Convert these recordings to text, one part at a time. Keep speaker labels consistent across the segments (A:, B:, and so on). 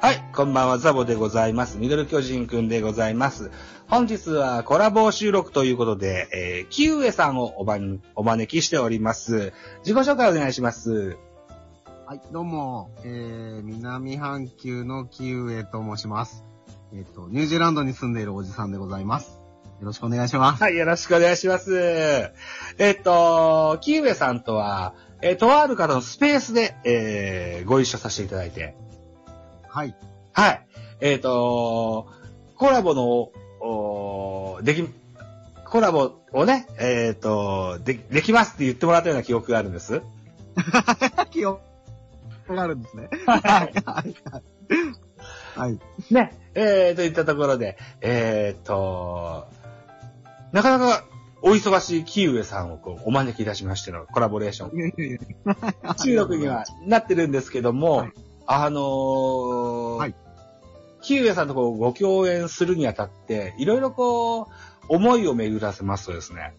A: はい、こんばんは、ザボでございます。ミドル巨人くんでございます。本日はコラボ収録ということで、えー、キウエさんをおばんお招きしております。自己紹介お願いします。
B: はい、どうも、えー、南半球のキウエと申します。えっ、と、ニュージーランドに住んでいるおじさんでございます。よろしくお願いします。
A: はい、よろしくお願いします。えっと、キウエさんとは、えーとある方のスペースで、えー、ご一緒させていただいて、
B: はい、
A: はい。えっ、と、コラボの、おーでき、コラボをね、えっ、とで、できますって言ってもらったような記憶があるんです。
B: 気を、があるんですね。
A: はい。
B: はい、はい。
A: ね。えー、といったところで、えっ、と、なかなかお忙しいキウエさんをこうお招きいたしましてのコラボレーション。収録にはなってるんですけども、
B: はい
A: あのー
B: はい
A: キウエさんとこうご共演するにあたって、いろいろこう、思いを巡らせますとですね、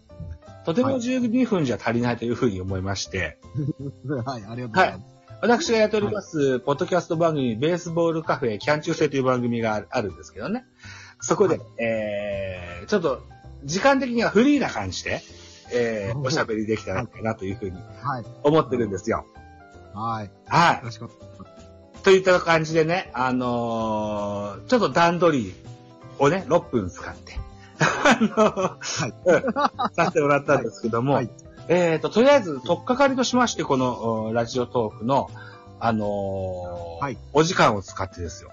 A: とても12分じゃ足りないというふうに思いまして、
B: はい、ありがとうございます。
A: 私がやっております、ポッドキャスト番組、ベースボールカフェ、キャン中制という番組があるあるんですけどね。そこで、えー、ちょっと、時間的にはフリーな感じで、えー、おしゃべりできたらいいかなというふうに
B: はい、
A: 思ってるんですよ。
B: はい、よ
A: はい。
B: ろしくお願いし
A: といった感じでね、あのーちょっと段取りをね、6分使って、 あのーうんさせてもらったんですけども、
B: はい
A: えっ、と、とりあえず、とっかかりとしまして、このうんラジオトークの、あのー
B: はい
A: お時間を使ってですよ。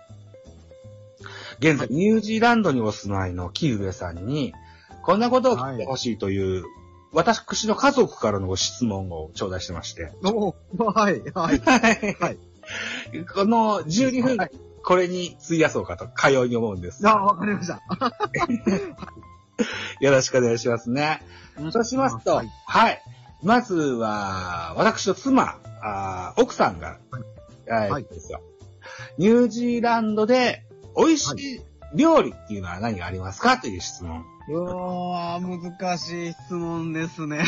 A: 現在、ニュージーランドにお住まいの木上さんに、こんなことを聞いてほしいという、私の家族からのご質問を頂戴してまして。
B: ます。おーはい、はい、
A: は。
B: はい
A: この12分、
B: はい
A: これに費やそうかと、かように思うんです。
B: あ、
A: よ
B: わかりました。
A: ろしくお願いしますね。そうしますと、
B: は
A: はいい、、まずは、私の妻、あー奥さんが、はい、
B: はい
A: ですよ。ニュージーランドで美味しい料理っていうのは何がありますかという質 問。
B: うわー、難しい質問ですね。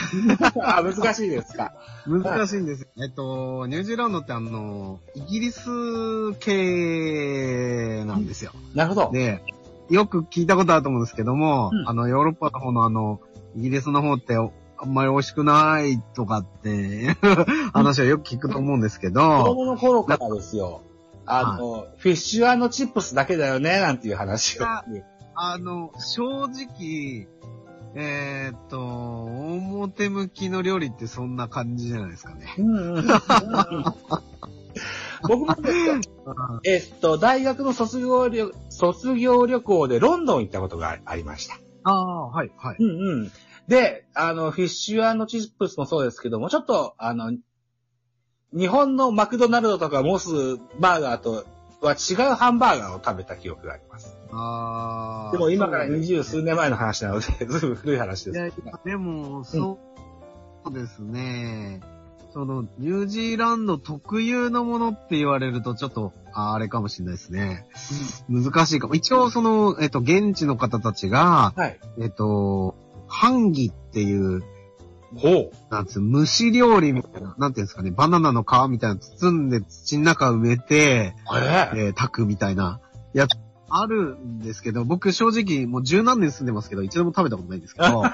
A: あ、難しいですか。
B: 難しいんです。えっと、ニュージーランドってあの、イギリス系なんですよ。
A: なるほど。
B: で、よく聞いたことあると思うんですけども、
A: うん
B: あの、ヨーロッパの方のあの、イギリスの方っておあんまり美味しくないとかって話はよく聞くと思うんですけ
A: 子
B: ど、
A: 供の頃からですよ。あの、フィッシュチップスだけだよね、なんていう話を。
B: ああの、正直、えーっと、表向きの料理ってそんな感じじゃないですかね。
A: うんうん僕もですよえっと、大学の卒業旅卒業旅行でロンドン行ったことがありました。
B: ああ、はい、はい。
A: うんうん。で、あの、フィッシュチップスもそうですけども、ちょっと、あの、日本のマクドナルドとかモスバーガーとは違うハンバーガーを食べた記憶があります。
B: ああ。
A: でも今から
B: そう
A: 二
B: ですね
A: 十数年前の話なので、 ずいぶん古い話
B: い
A: で
B: や
A: す。、
B: でも、そうですね。その、ニュージーランド特有のものって言われると、ちょっと、ああれかもしれないですね。難しいかも。一応、その、えっと、現地の方たちが、
A: はい。
B: えっと、ハンギっていう、
A: ほう。
B: なんつう、虫料理みたいな、なんていうんですかね、バナナの皮みたいなの包んで土の中埋めて、
A: ええ
B: えー、炊くみたいな、やつ、あるんですけど、僕正直もう十何年住んでますけど、一度も食べたことないんですけど、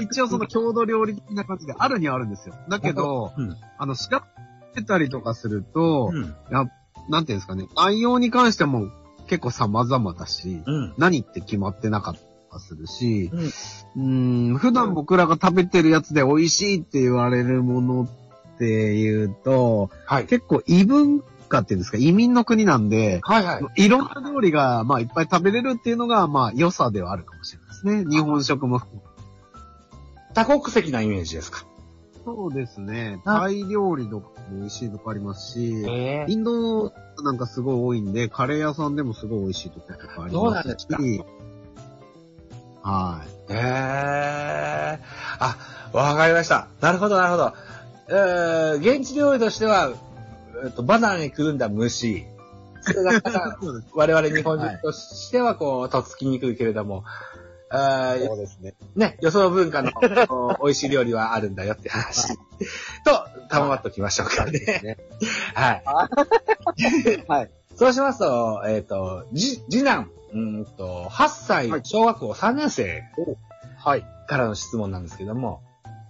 B: 一応その郷土料理的な感じであるにはあるんですよ。だけど、
A: うん
B: あの、調べたりとかすると、
A: うん。
B: なんていうんですかね、内容に関しても結構様々だし、
A: うん。
B: 何って決まってなかったりとかするし、
A: う
B: うん、普段僕らが食べてるやつで美味しいって言われるものっていうと、
A: はい。
B: 結構異文化っていうんですか、移民の国なんで、
A: はいはい。
B: いろんな料理が、まあ、いっぱい食べれるっていうのが、まあ、良さではあるかもしれないですね。日本食も含め
A: 多国籍なイメージですか。
B: そうですね。
A: あ
B: タイ料理とかも美味しいとこありますし、
A: え
B: インドなんかすごい多いんで、カレー屋さんでもすごい美味しいとことかあり
A: そうなん
B: ます
A: です
B: し
A: か。
B: はい。
A: ええあ、わかりました。なるほど、なるほど。えー、現地料理としては、えっと、バナナにくるんだ虫。それがま た
B: そうです
A: 我々日本人としては、こう、とっつきにくいけれども、えー
B: ですね。
A: ね、予想文化のこう美味しい料理はあるんだよって話。と、賜っときましょうかね。
B: ね。
A: はい。
B: はい。
A: そうしますと、えっ、と、じ、次男、うーんと、8歳
B: はい、
A: 小学校3年生
B: はい。
A: からの質問なんですけども、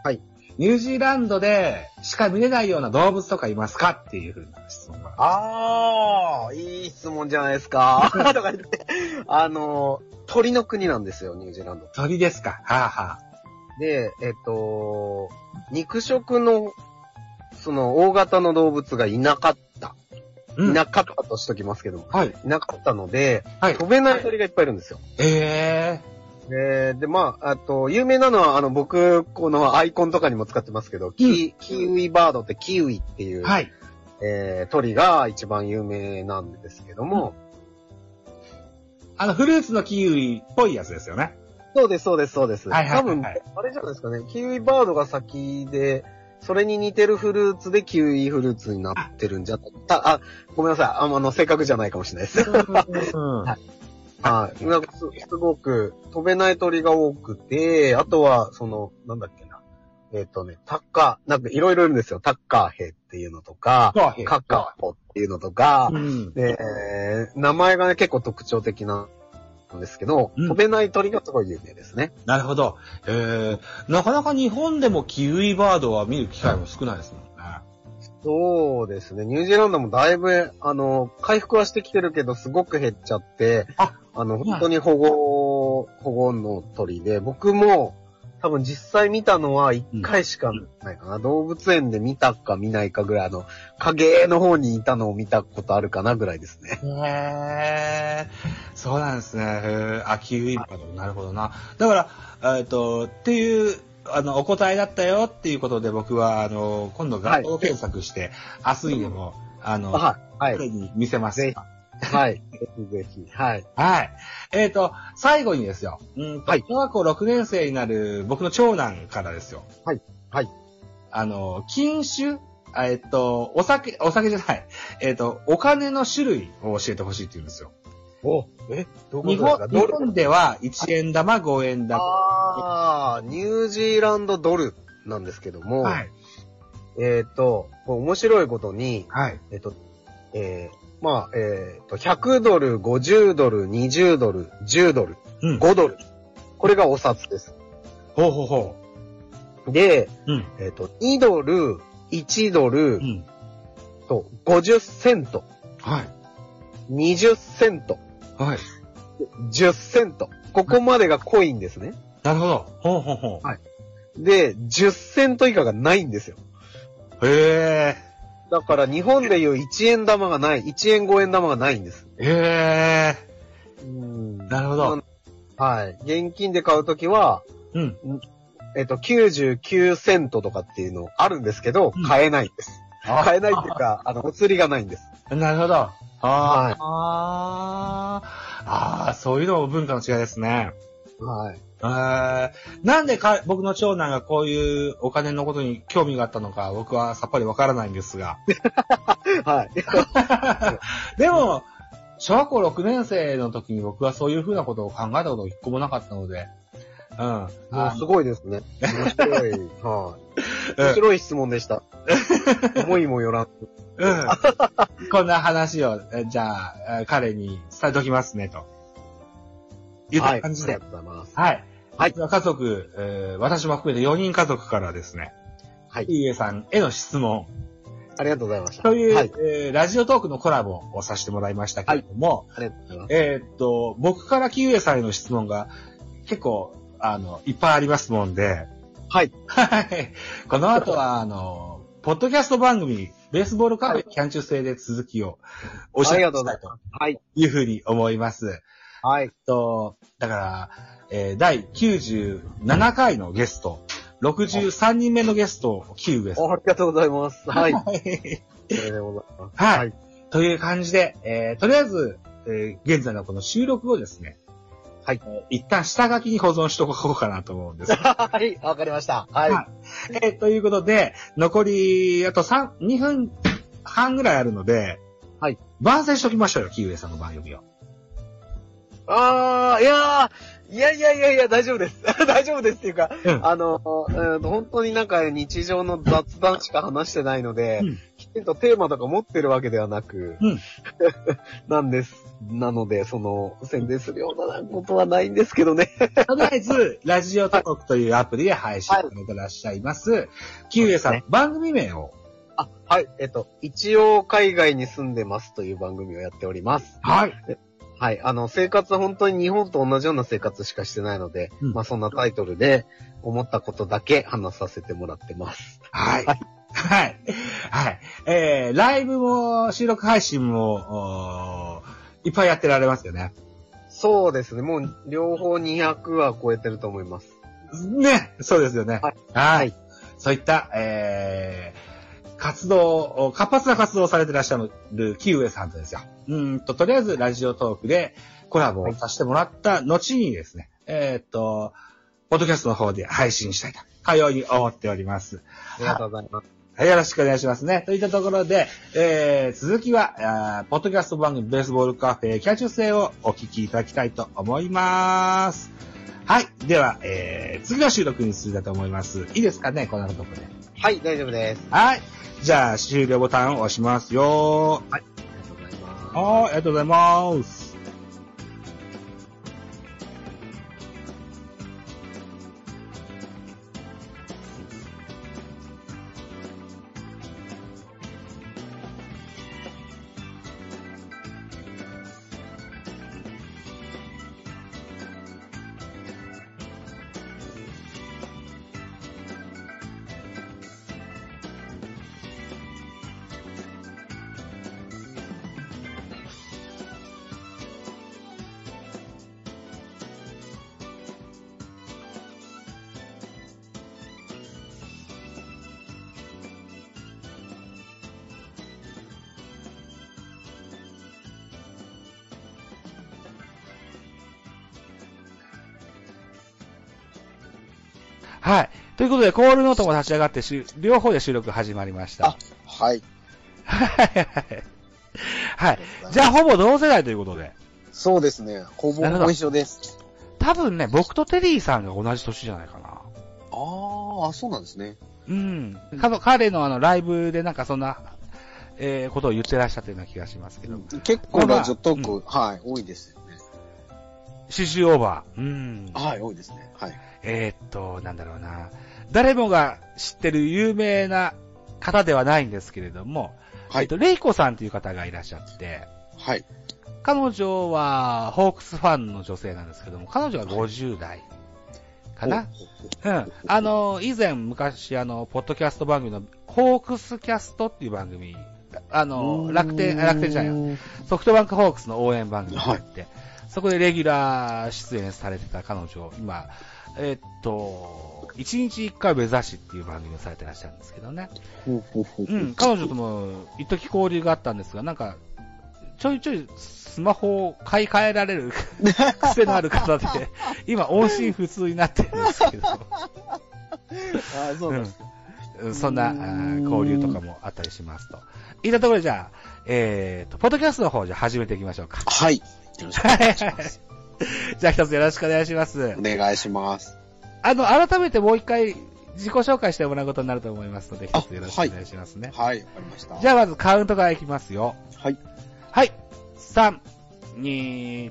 B: はい。
A: ニュージーランドでしか見れないような動物とかいますかっていうふうな質問が。
B: あー、いい質問じゃないで すか。とか言って。あの、鳥の国なんですよ、ニュージーランド。
A: 鳥ですかはあ、は
B: で、えっと、肉食の、その、大型の動物がいなかった。
A: あ、
B: い
A: うん。
B: なかったとしときますけど、
A: はい。
B: いなかったので、
A: はい
B: 飛。べない鳥がいっぱいいるんですよ。
A: え
B: で、で、まあ、あと、有名なのは、あの、僕、このアイコンとかにも使ってますけど、キキウイバードってキウイってい
A: え
B: う、
A: はい。
B: えー鳥が一番有名なんですけども、
A: あの、フルーツのキウイっぽいやつですよね。
B: そうです、そうです、そうです。
A: はいはいはい
B: 多分、あれじゃないですかね、キウイバードが先で、それに似てるフルーツでキウイフルーツになってるんじゃった、あ、ごめんなさい、ああの、正確じゃないかもしれないです。
A: うん
B: はいはい。なんかすすごく飛べない鳥が多くて、あとは、その、なんだっけな。えっ、とね、タッカー、なんかいろいろいるんですよ。タッカー兵っていうのとか、
A: そうへい
B: カッカーポっていうのとか、
A: うん。
B: で、えー名前がね、結構特徴的なんですけど、
A: うん
B: 飛べない鳥がすごい有名ですね。
A: なるほど。えー、なかなか日本でもキウイバードは見る機会も少ないですもんね。
B: そうですね。ニュージーランドもだいぶ、あの、回復はしてきてるけど、すごく減っちゃって、
A: あ
B: の、本当に保護、保護の鳥で、僕も、多分実際見たのは1回しかないかな。動物園で見たか見ないかぐらい、あの、影の方にいたのを見たことあるかなぐらいですね。
A: へえ、そうなんですね。へーあ、キウイバード。なるほどな。だから、えっと、っていう、あの、お答えだったよっていうことで僕は、あの、今度
B: は
A: 画
B: い
A: 像検索して、明日にでも、あの、こ
B: はい。はい。
A: れに見せます。
B: ぜはい。ぜひぜひ。はい。
A: はい。えっ、と、最後にですよ。うんと、
B: はい
A: 小学校6年生になる僕の長男からですよ。
B: はい。はい。
A: あの、禁酒あえっ、と、お酒、お酒じゃない。えっ、と、お金の種類を教えてほしいって言うんですよ。
B: お、え、どう
A: 日本、日本では1円玉、5円玉。
B: ああ、ニュージーランドドルなんですけども、
A: はい。
B: えっ、と、これ面白いことに、
A: はい。
B: えっ、と、えー、まあ、えっ、と、100ドル、50ドル、20ドル、10ドル、
A: うん。
B: 5ドル。これがお札です。
A: ほうほうほ
B: で、
A: う。うん。
B: えっ、と、2ドル、1ドル
A: う、ん。
B: と、50セント、
A: はい。
B: 20セント、
A: はい。
B: 10セント。ここまでがコインですね。
A: なるほど。ほうほうほう。
B: はで、10セント以下がないんですよ。
A: へ
B: だから日本でいう1円玉がない、1円5円玉がないんです。
A: え。へえ。
B: うん。
A: なるほど。
B: はい。現金で買うときは、
A: うん。
B: えっと、99セントとかっていうのあるんですけど
A: うん、
B: 買えないです。買えないっていうか、あの、お釣りがないんです。
A: なるほど。ああ、
B: はい
A: あーあー、そういうのも文化の違いですね。
B: はい。
A: えーなんでか僕の長男がこういうお金のことに興味があったのか僕はさっぱりわからないんですが。
B: はい。
A: でも、小学校6年生の時に僕はそういうふうなことを考えたこと一個もなかったので。うん。あ
B: もうす
A: の
B: ごいですね。面白い。はい。面白い質問でした。思いもよらん。
A: うん。 こんな話を、えじゃあ、え彼に伝えときますね、と。いう
B: はい。
A: 感じで
B: あ。りがとうございます。
A: はい。
B: は
A: はいい。家族、えー私も含めて4人家族からですね、
B: はい。
A: いえさんへの質問
B: ありがとうございました。
A: という、
B: はい。
A: えーラジオトークのコラボをさせてもらいましたけれども、
B: ありがとうございます。
A: えーっと、僕からキウエさんへの質問が結構、あの、いっぱいありますもんで、
B: はい。
A: はい。この後は、あの、ポッドキャスト番組、ベースボールカフェキャン中制で続きをお知
B: あ
A: ら
B: り
A: せ
B: がとうご
A: した
B: ざい
A: いと
B: ます。はい。
A: いうふうに思います。
B: はい。
A: と、だから、えー第97回のゲスト、63人目のゲスト、キウエさん。
B: おありがとうございます。はい。そ
A: はい。
B: れでございます。
A: はい。という感じで、えーとりあえず、えー現在のこの収録をですね、
B: はい
A: えー一旦下書きに保存しとこうかなと思うんです。
B: はい、わかりました。はい。
A: はいえーということで、残り、あと3、2分半ぐらいあるので、
B: はい。
A: 番宣しときましょうよ、キウエさんの番組を。
B: あー、いやー、
C: いやいやいやいや、大丈夫です。 大丈夫ですっていうか、
A: うん
C: あの、うん本当になんか日常の雑談しか話してないので、
A: うん
C: きちんとテーマとか持ってるわけではなく、
A: うん
C: なんです。なので、その、宣伝するようなことはないんですけどね。
A: とりあえず、ラジオトークというアプリで配信されてらっしゃいます。キウエさん、
C: そうで
A: 番組名を。
C: あ、はい、えっと、一応海外に住んでますという番組をやっております。
A: はい。
C: はい。あの、生活は本当に日本と同じような生活しかしてないので、
A: うん
C: まあそんなタイトルで思ったことだけ話させてもらってます。
A: はい。はい。はい。えー、ライブも、収録配信も、おーいっぱいやってられますよね。
C: そうですね。もう両方200は超えてると思います。
A: ね、そうですよね。。
C: はい
A: はい。そういった、えー、活動、活発な活動をされてらっしゃるキウエさんとですよ。うーんと、とりあえずラジオトークでコラボをさせてもらった後にですね、えーっと、ポッドキャストの方で配信したいと、かように思っております。
C: ありがとうございます。
A: はい、よろしくお願いしますね。といったところで、えー、続きは、あーポッドキャスト番組ベースボールカフェキャッチュ制をお聞きいただきたいと思います。はい。では、えー、次の収録にするだと思います。いいですかねこんなところで。
C: はい、大丈夫です。
A: はい。じゃあ、終了ボタンを押しますよ。
C: ありがとうございます。
A: はい、ありがとうございます。はい。ということで、コールノートも立ち上がってし、両方で収録始まりました。
B: あはい。
A: はいはいはい。はい。じゃあ、ほぼ同世代ということで。
B: そうですね。ほぼ
A: なるほど
B: ご一緒です。
A: 多分ね、僕とテリーさんが同じ年じゃないかな。
B: ああ、そうなんですね。
A: うん。かの彼のあの、ライブでなんかそんな、えー、ことを言ってらっしゃったような気がしますけど。
B: 結構ラジオトーク、はい、多いですよね。
A: シシオーバー。うん。
B: はい、多いですね。はい。
A: えー、っと、なんだろうな。誰もが知ってる有名な方ではないんですけれども、
B: は
A: えっ
B: い。
A: と、レイコさんという方がいらっしゃって、
B: はい。
A: 彼女は、ホークスファンの女性なんですけども、彼女は50代かな。うん。あの、以前、昔、あの、ポッドキャスト番組の、ホークスキャストっていう番組、あの、楽天、楽天じゃない
B: い
A: ソフトバンクホークスの応援番組があ
B: は
A: って、そこでレギュラー出演されてた彼女、今、えっと、1日1回目指しっていう番組をされてらっしゃるんですけどね。 うん、彼女とも、一時交流があったんですが、なんか、ちょいちょいスマホを買い替えられ る癖のある方で、今音信不通になってるんですけど、
B: ああ、 そうなんです。
A: うんそんなあー交流とかもあったりしますと。いったところでじゃあ、えーと、ポッドキャストの方をじゃあ始めていきましょうか。
B: はい。よろしくお 願いします。
A: じゃあ一つよろしくお願いします
B: お。願いします。
A: あの、改めてもう一回自己紹介してもらうことになると思いますので、一つよろしくお願いしますね。
B: はい、わかりました。
A: じゃあまずカウントからいきますよ。
B: はい。
A: はい。3、2、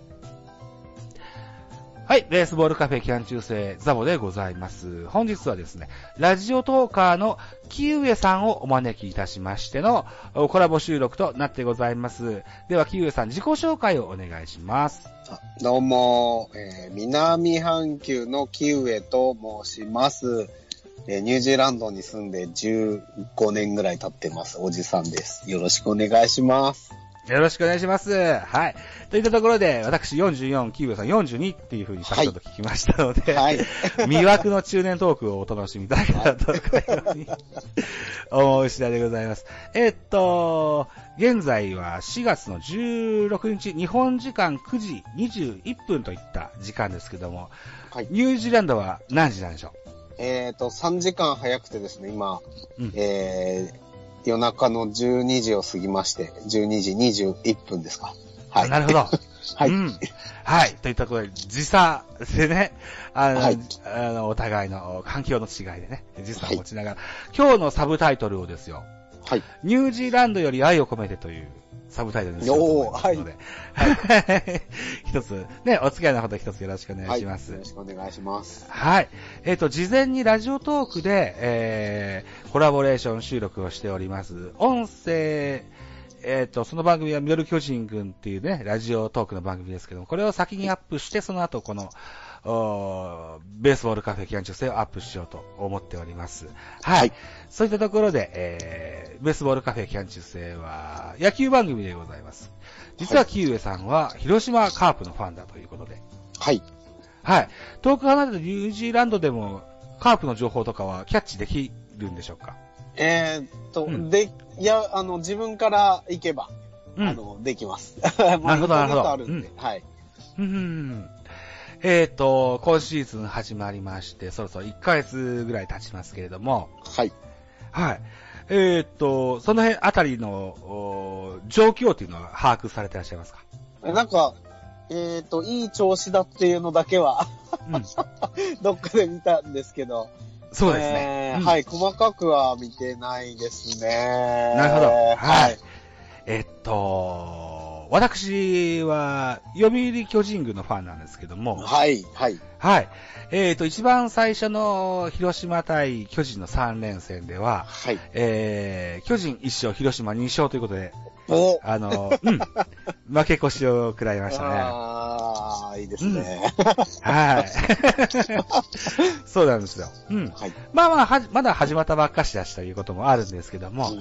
A: はい。ベースボールカフェキャン中世ザボでございます。本日はですね、ラジオトーカーの木上さんをお招きいたしましてのおコラボ収録となってございます。では木上さん自己紹介をお願いします。
B: どうも、えー南半球のキウエと申します。えーニュージーランドに住んで15年ぐらい経ってます。おじさんです。よろしくお願いします。
A: よろしくお願いします。はい。といったところで、私44、キーブさん42っていう風に先ほど聞きましたので、
B: はい。
A: 魅惑の中年トークをお楽しみいただけたらとかように 思う次第でございます。えっと、現在は4月の16日、日本時間9時21分といった時間ですけども、
B: はい
A: ニュージーランドは何時なんでしょ
B: えっと、3時間早くてですね、今、
A: うん
B: えー夜中の12時を過ぎまして、12時21分ですか。
A: う、
B: はい。
A: なるほど。
B: はい
A: うん。はい。といったことで、時差でね、あの、
B: はい
A: あのお互いの環境の違いでね、時差を持ちながら、今日のサブタイトルをですよ、
B: はい。
A: ニュージーランドより愛を込めてというサブタイトルにしようと思いますので、 一つ、ね、お付き合いのほど一つよろしくお願いします。
B: よろしくお願いします。
A: はい。えっ、と、事前にラジオトークで、えー、コラボレーション収録をしております。音声、えっ、と、その番組はミドル巨人軍っていうね、ラジオトークの番組ですけども、これを先にアップして、その後この、おーベースボールカフェ期間中制をアップしようと思っております。はい。
B: はい
A: そういったところで、えー、ベースボールカフェ期間中制は野球番組でございます。実はキウエさんは広島カープのファンだということで、
B: はい。
A: はい。遠く離れたニュージーランドでも、カープの情報とかはキャッチできるんでしょうか
B: えーっと、
A: うん
B: で、いや、あの、自分から行けば、
A: うん
B: あの、できます。
A: なるほど
B: まあインターネット
A: な
B: あ
A: る
B: る
A: ほど
B: んで、はい。
A: うん。えっ、と、今シーズン始まりまして、そろそろ1ヶ月ぐらい経ちますけれども、
B: はい。
A: はい。えっ、と、その辺あたりの、おー状況っていうのは把握されてらっしゃいますか
B: なんか、えーっと、いい調子だっていうのだけは、
A: うん。
B: どっかで見たんですけど、
A: そうですね。
B: えー
A: うん
B: はい、細かくは見てないですね。
A: な
B: な
A: るほど。は
B: はいい。。
A: えっと、私は、読売巨人軍のファンなんですけども、
B: はい、はい。
A: はい。えっ、と、一番最初の広島対巨人の3連戦では、
B: はい。
A: えー、巨人1勝、広島2勝ということで、
B: お
A: あ の、うん、負け越しを食らいましたね。
B: ああ、いいですね。
A: はい。 そうなんですよ。うん。
B: はい。
A: まあまあ、はじまだ始まったばっかしだしということもあるんですけども、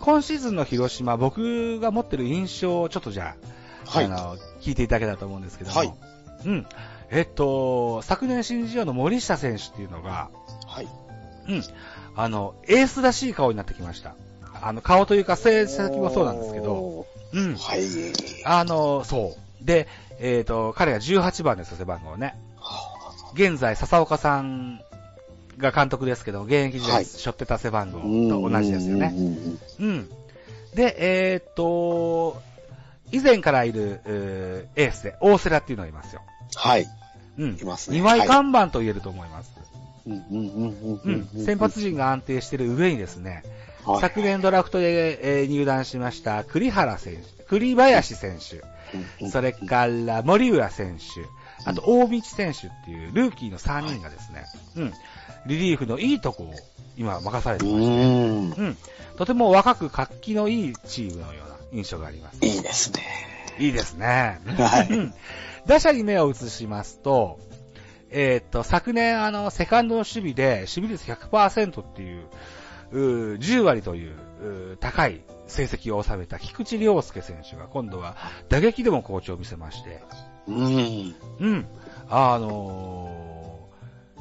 A: 今シーズンの広島、僕が持ってる印象をちょっとじゃあ、
B: はい
A: あ。の、聞いていただけたらと思うんですけども、
B: はい
A: うん。えっと、昨年新人王の森下選手っていうのが、
B: はい。
A: うん。あの、エースらしい顔になってきました。あの、顔というか、成績もそうなんですけど、
B: お
A: うん
B: ー。。はい。
A: あの、そう。で、えっ、と、彼が18番ですよ、背番号ね。現在、笹岡さんが監督ですけど、現役時
B: は
A: 代
B: い
A: 背負ってた背番号と同じですよね。
B: うんうんうん
A: うん。で、えっ、と、以前からいる、えーエースで、大瀬良っていうのがいますよ。
B: はい。
A: うん
B: い。ますね。
A: 二枚
B: はい
A: 看板と言えると思います。
B: うんうんうんう
A: うんん。先発陣が安定している上にですね、
B: はい
A: 昨年ドラフトで、えー入団しました栗原選手、栗林選手、それから森浦選手、あと大道選手っていうルーキーの3人がですね、うん、リリーフのいいとこを今任されて
B: う
A: まして、
B: ん。
A: うん、とても若く活気のいいチームのような印象があります。
B: いいですね。
A: いいですね。
B: は
A: う
B: い。
A: ん打者に目を移しますと、えーっと、昨年、あの、セカンドの守備で、守備率100%っていう、うー10割といううー高い成績を収めた菊池涼介選手が今度は打撃でも好調を見せまして、
B: うん。
A: うん。あのー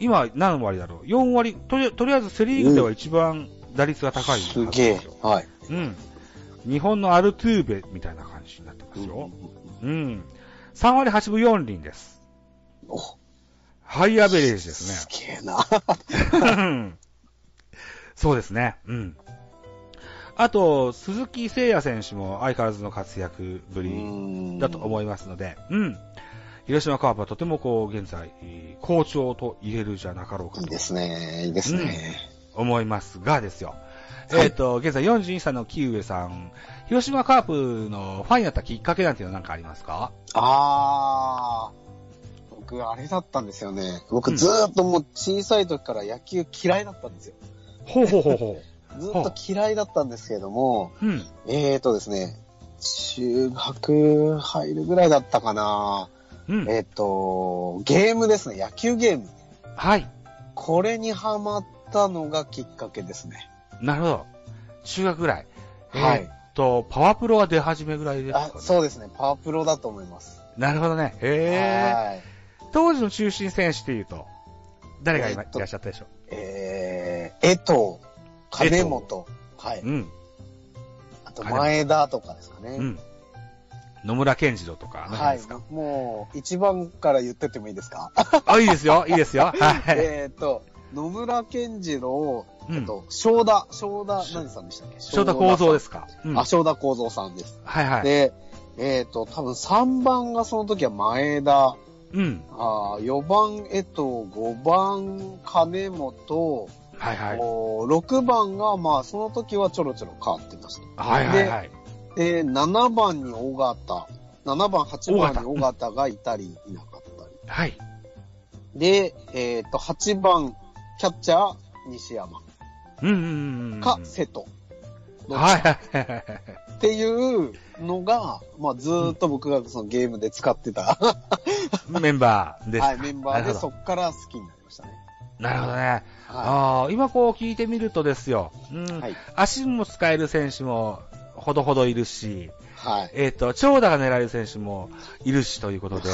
A: 今何割だろう ?4 割、とりとりあえずセリーグでは一番打率が高いはず
B: す
A: なん
B: げ
A: で
B: え
A: すよ。。
B: はい。
A: うん。日本のアルトゥーベみたいな感じになってますよ。うん。3割8分4厘です。
B: お
A: ハイアベレージですす
B: げえな。
A: ね。 そうですね。うん。あと、鈴木誠也選手も相変わらずの活躍ぶりだと思いますので、うん。広島カープはとてもこう、現在、えー好調と言えるじゃなかろうか
B: いい
A: と
B: ですね。いいですね。
A: 思いますがですよ。
B: は
A: え
B: い
A: っ、と、現在42歳の木上さん、広島カープのファンになったきっかけなんていうのは何かありますか
B: ああ。僕、あれだったんですよね。僕、ずーっともう小さい時から野球嫌いだったんですよ。
A: ほうほうほうほ
B: ずーっと嫌いだったんですけれども、
A: う。うん。
B: えーとですね、中学入るぐらいだったかな。
A: うん。
B: えっ、と、ゲームですね、野球ゲーム。
A: はい。
B: これにハマったのがきっかけですね。
A: なるほど。中学ぐらい。
B: は
A: えー
B: い
A: っ。と、パワープロが出始めぐらいですか
B: あ
A: ね。
B: そうですね、パワープロだと思います。
A: なるほどね。へえ。
B: はい。
A: 当時の中心選手っていうと、誰が今
B: え
A: い
B: ーっと
A: らっしゃったでしょ。
B: えー、江藤、金本、はいう
A: ん。
B: あと
A: 金本
B: 前田とかですか
A: う
B: ね。
A: ん。野村健次郎とか、あの辺
B: はい
A: ですか。。
B: もう、一番から言ってってもいいですか
A: あ、いいですよ、いいです よ。 はい。
B: えっと、野村健次郎、
A: う
B: えっ
A: ん。
B: と、正田、正田、何さんでしたっけ。
A: 翔太幸三ですすか。うん。
B: あ、
A: はい
B: 正田幸三さんです。
A: はい。
B: で、えっ、と、多分3番がその時は前田、
A: うん。
B: あ4番江藤、5番金本、
A: はいはい。
B: お6番がまあその時はちょろちょろ変わってました。
A: はいはいはい。
B: で、7番に尾形、7番、8番に
A: 尾
B: 尾形がいたりいなかったり。
A: はい。
B: で、えっ、と、8番、キャッチャー、西山
A: うんうんうんうん。
B: か、瀬戸。
A: はいはいはいはい。
B: っていうのが、まあずーっと僕がそのゲームで使ってた、
A: メンバーです。
B: はい、メンバー
A: なる
B: で
A: ほ
B: そ
A: ど
B: っから好きになりましたね。
A: なるほどね。
B: は
A: ああ、今こう聞いてみるとですよ。うん
B: い。はい。
A: 足も使える選手もほどほどいるし、
B: はい。
A: えっ、と、長打が狙える選手もいるしということで、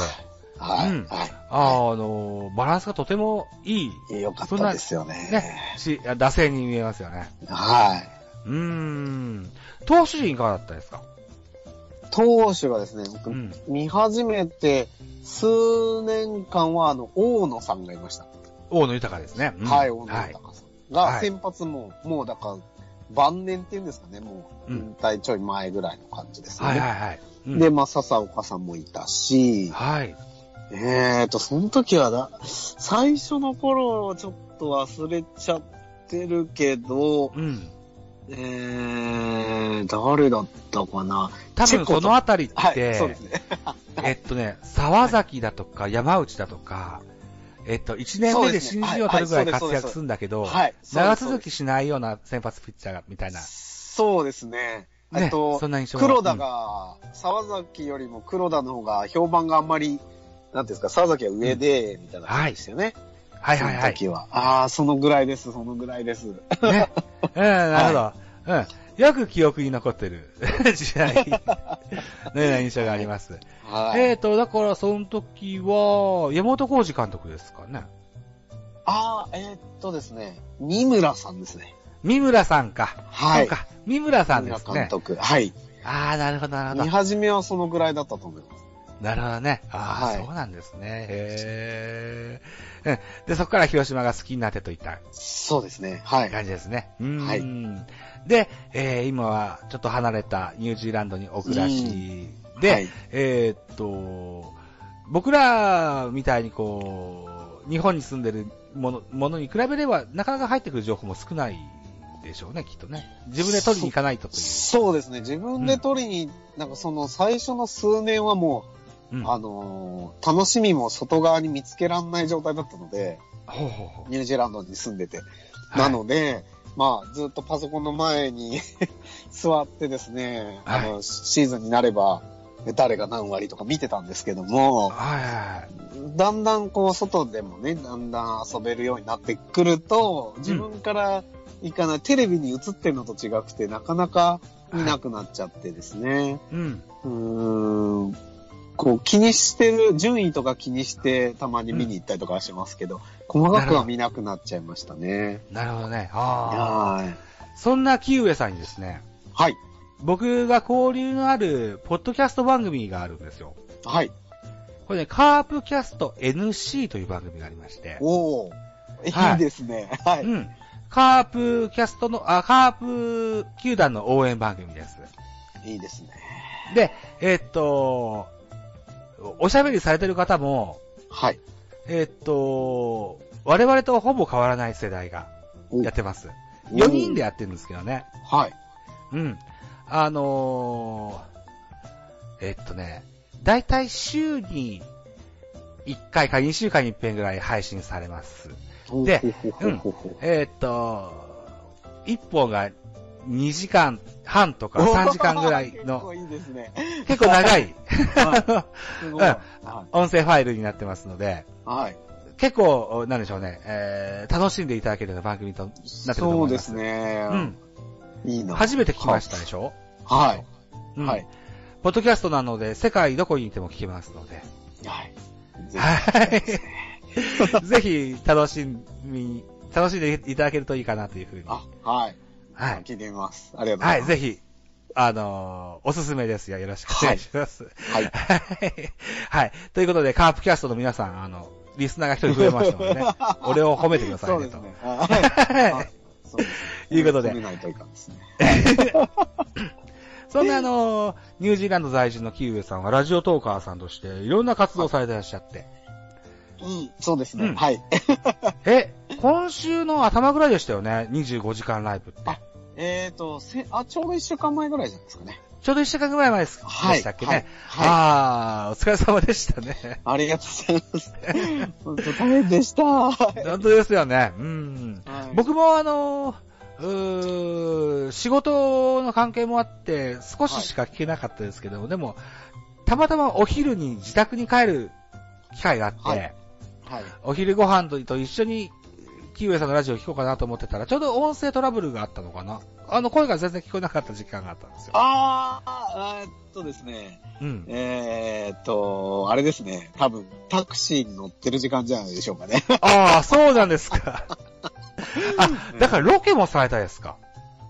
B: は
A: うん
B: い。は
A: あーあのーバランスがとてもいい
B: い。よかったですよね。
A: ねし、打線に見えますよね。
B: はい。
A: うーん。投手陣いかがだったですか
B: 投手がですね、僕
A: うん。
B: 見始めて数年間は、あの、大野さんがいました。
A: 大野豊ですね。うん
B: はい、大野
A: はい。
B: 高さん
A: は
B: が
A: い
B: 先発も、もうだから、晩年っていうんですかね、もう、
A: うん
B: 引退ちょい前ぐらいの感じですね。
A: はいはいはい。うん
B: で、まあ、笹岡さんもいたし、
A: はい。
B: えーと、その時はだ、最初の頃、ちょっと忘れちゃってるけど、
A: うん。
B: えー、誰だったかな。
A: 多
B: チェ
A: 分
B: コと
A: このあたりって、
B: はい、そうですね。
A: えっとね、沢崎だとか山内だとか、えっと、1年目で新人を取るぐらい活躍するんだけど、
B: はい。
A: 長
B: そう
A: 続
B: です
A: きしないような先発ピッチャーがみたいな。
B: そうですね。え
A: ね、
B: っと
A: そ、んな印象
B: 黒田、が、沢崎よりも黒田の方が評判があんまり、なんていうんですか、沢崎は上で、みたいな感じでしたよね。
A: うんはいはいは
B: そ
A: い
B: の。時は。ああ、そのぐらいです、そのぐらいです。
A: ね。うん、なるほど。うん。よく記憶に残ってる 時 代のような印象があります。
B: はい。
A: えっと、だからその時は、山本浩二監督ですかね。
B: ああ、えーっとですね、三村さんですね。
A: 三村さんか。
B: は
A: そう
B: い。
A: か。三村さ
B: 三
A: んで
B: 村
A: す
B: 監
A: ね。
B: 督。はい。
A: ああ、なるほど、なるほ
B: 見
A: ど。
B: 始めはそのぐらいだったと思います。
A: なるほどね。ああ、
B: はい
A: そうなんですね。へえ。うんで、そこから広島が好きになってといった
B: そうですね。はい。
A: 感じですね。うーん。
B: はい
A: で、えー今はちょっと離れたニュージーランドにお暮らしで、
B: はい、
A: えーっと、僕らみたいにこう、日本に住んでるものものに比べれば、なかなか入ってくる情報も少ないでしょうね、きっとね。自分で取りに行かないととい
B: そうですね。自分で取りに、なんかその最初の数年はも
A: う。うん、
B: う、あのー楽しみも外側に見つけらんない状態だったので、
A: ほうほうほう。
B: ニュージーランドに住んでて。
A: はい
B: なので、まあ、ずっとパソコンの前に 座ってですね、あの、シーズンになれば、誰が何割とか見てたんですけども、
A: はいはいはい。
B: だんだんこう、外でもね、だんだん遊べるようになってくると、自分から行かない、テレビに映ってるのと違くて、なかなか見なくなっちゃってですね、
A: うん。
B: うーん、こう、気にしてる、順位とか気にして、たまに見に行ったりとかはしますけど、細かくは見なくなっちゃいましたね。
A: なるほどね。あ
B: はい。
A: あ。そんな木上さんにですね、
B: はい。
A: 僕が交流のある、ポッドキャスト番組があるんですよ。
B: はい。
A: これね、カープキャスト NC という番組がありまして。
B: おお、
A: はい
B: いいですね。はい。
A: うん。カープキャストの、あ、カープ球団の応援番組です。
B: いいですね。
A: で、えっと、おしゃべりされてる方も、
B: はい。
A: えっと、我々とほぼ変わらない世代が
B: お
A: やってます。4人でやってるんですけどね。
B: はい。
A: うん。あのー、えっとね、だいたい週に1回か2週間に1遍ぐらい配信されます。でうんえーっと、一本が2時間半とか3時間ぐらい
B: お
A: の、
B: ー。 結構いいですね。
A: 結構長い
B: はいすごい。
A: うん
B: は
A: 音声ファイルになってますので、
B: い。はい。
A: 結構、なんでしょうね、えー、楽しんでいただけるような番組となってると
B: そ
A: 思
B: う
A: い
B: で
A: ます。
B: すね。
A: うん。
B: いいな。
A: 初めて聞きましたでしょ
B: はい。
A: うん
B: はい。
A: ポッドキャストなので、世界どこにいても聞けますので。
B: はい。
A: はい。 ぜひ、楽しみ、楽しんでいただけるといいかなというふうに。
B: あ、はい。
A: はい。
B: 聞いてみます。ありがとうご
A: は
B: ざい
A: い、
B: ます。
A: ぜひ、あのーおすすめですよ。よろしくお願いします。
B: はい
A: はい。ということで、カープキャストの皆さん、あの、リスナーが一人増えました のでね、俺を褒めてくださ
B: そ
A: いうね
B: です
A: と。
B: ね。はい。あそうですね
A: いうことで
B: 褒めないといかんですね。
A: そんなあの、ニュージーランド在住のキウエさんはラジオトーカーさんとしていろんな活動されてらっしゃって。
B: うん、そうですね。
A: うん
B: はい。
A: え、今週の頭ぐらいでしたよね。25時間ライブって。
B: あえっ、と、せ、あ、ちょうど一週間前ぐらいじゃないですかね。
A: ちょうど1週間ぐらい前です。
B: はい
A: でしたっけね。
B: はいはい
A: ああ、お疲れ様でしたね。
B: ありがとうございます。本当大変でした。はい
A: 本当ですよね。うん。僕もあのうー仕事の関係もあって、少ししか聞けなかったですけど、でも、たまたまお昼に自宅に帰る機会があって、
B: はいはい。
A: お昼ご飯とと一緒に、キウエさんのラジオを聞こうかなと思ってたら、ちょうど音声トラブルがあったのかな。あの、声が全然聞こえなかった時間があったんですよ。
B: あー、えーっとですね。
A: うん。
B: えー、っと、あれですね。多分、タクシーに乗ってる時間じゃないでしょうかね。
A: ああ、そうなんですか。あ、だからロケもされたですか。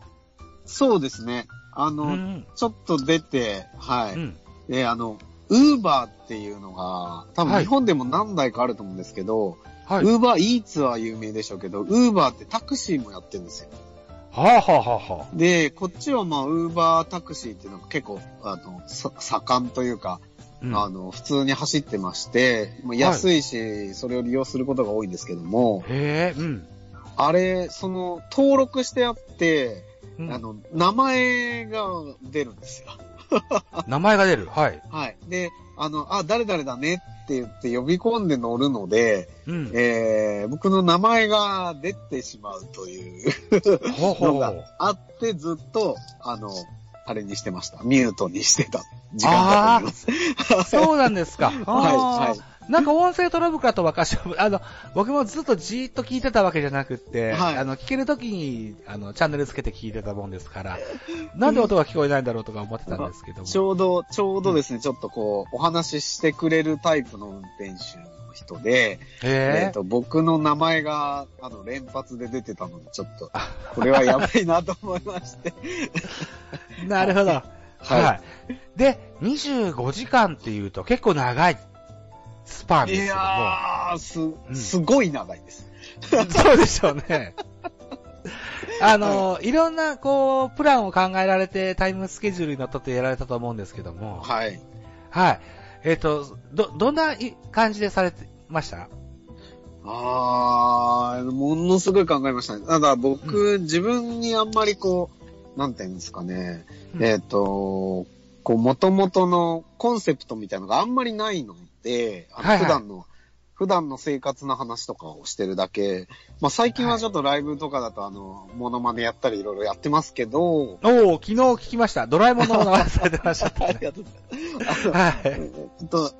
B: そうですね。あ
A: う
B: の、
A: ん。
B: ちょっと出て、は
A: う
B: い。
A: ん。
B: で、あの、ウーバーっていうのが、多
A: は
B: 分
A: い
B: 日本でも何台かあると思うんですけど、
A: はい。は
B: ウーバーイーツは有名でしょうけど、ウーバーってタクシーもやってるんですよ。
A: あ、はあはあはあ、
B: で、こっちはまあ、ウーバータクシーっていうのが結構、あの、さ盛んというか、
A: うん
B: あの、普通に走ってまして、まあ安いし、それを利用することが多いんですけども、
A: へえ、うん。
B: あれ、その、登録してあって、
A: うん
B: あの、名前が出るんですよ。
A: 名前が出る。はい。
B: はい。で、あの、あ、誰々だねって言って呼び込んで乗るので、
A: うん。
B: えー、僕の名前が出てしまうという
A: ほうほう
B: の
A: ほ
B: が
A: う。
B: あって、ずっと、あの、あれにしてました。ミュートにしてた時間だと思います。
A: そうなんですか。
B: はい、
A: あ
B: は
A: ー
B: い。
A: なんか音声トラブルかと分かし、あの、僕もずっとじーっと聞いてたわけじゃなくって、
B: はい
A: あの、聞けるときに、あの、チャンネルつけて聞いてたもんですから、なんで音が聞こえないんだろうとか思ってたんですけども。
B: ちょうど、ちょうどですね、ちょっとこう、お話ししてくれるタイプの運転手の人で、
A: へ
B: えっ、
A: え。
B: と、僕の名前が、あの、連発で出てたので、ちょっと、これはやばいなと思いまして。
A: なるほど。
B: はい
A: はい。で、25時間っていうと結構長いスパンで
B: い
A: すけども。
B: やー、
A: うん
B: す、すごい長いです。
A: そうでしょうね。あの、いろんな、こう、プランを考えられて、タイムスケジュールにのっとってやられたと思うんですけども。
B: はい。
A: はい。えっ、と、ど、どんない感じでされてました
B: あー、ものすごい考えましたね。ただ僕、自分にあんまりこう、なんていうんですかね、
A: うん
B: えっ、と、こう、元々のコンセプトみたいなのがあんまりないので、あの
A: はいはい
B: 普段の、普段の生活の話とかをしてるだけ、まあ最近はちょっとライブとかだと、あの、モノマネやったりいろいろやってますけど、
A: おお昨日聞きました。ドラえもんの名前されてました
B: あ
A: ね、
B: りがとうございます。 あの
A: はい。
B: えっと、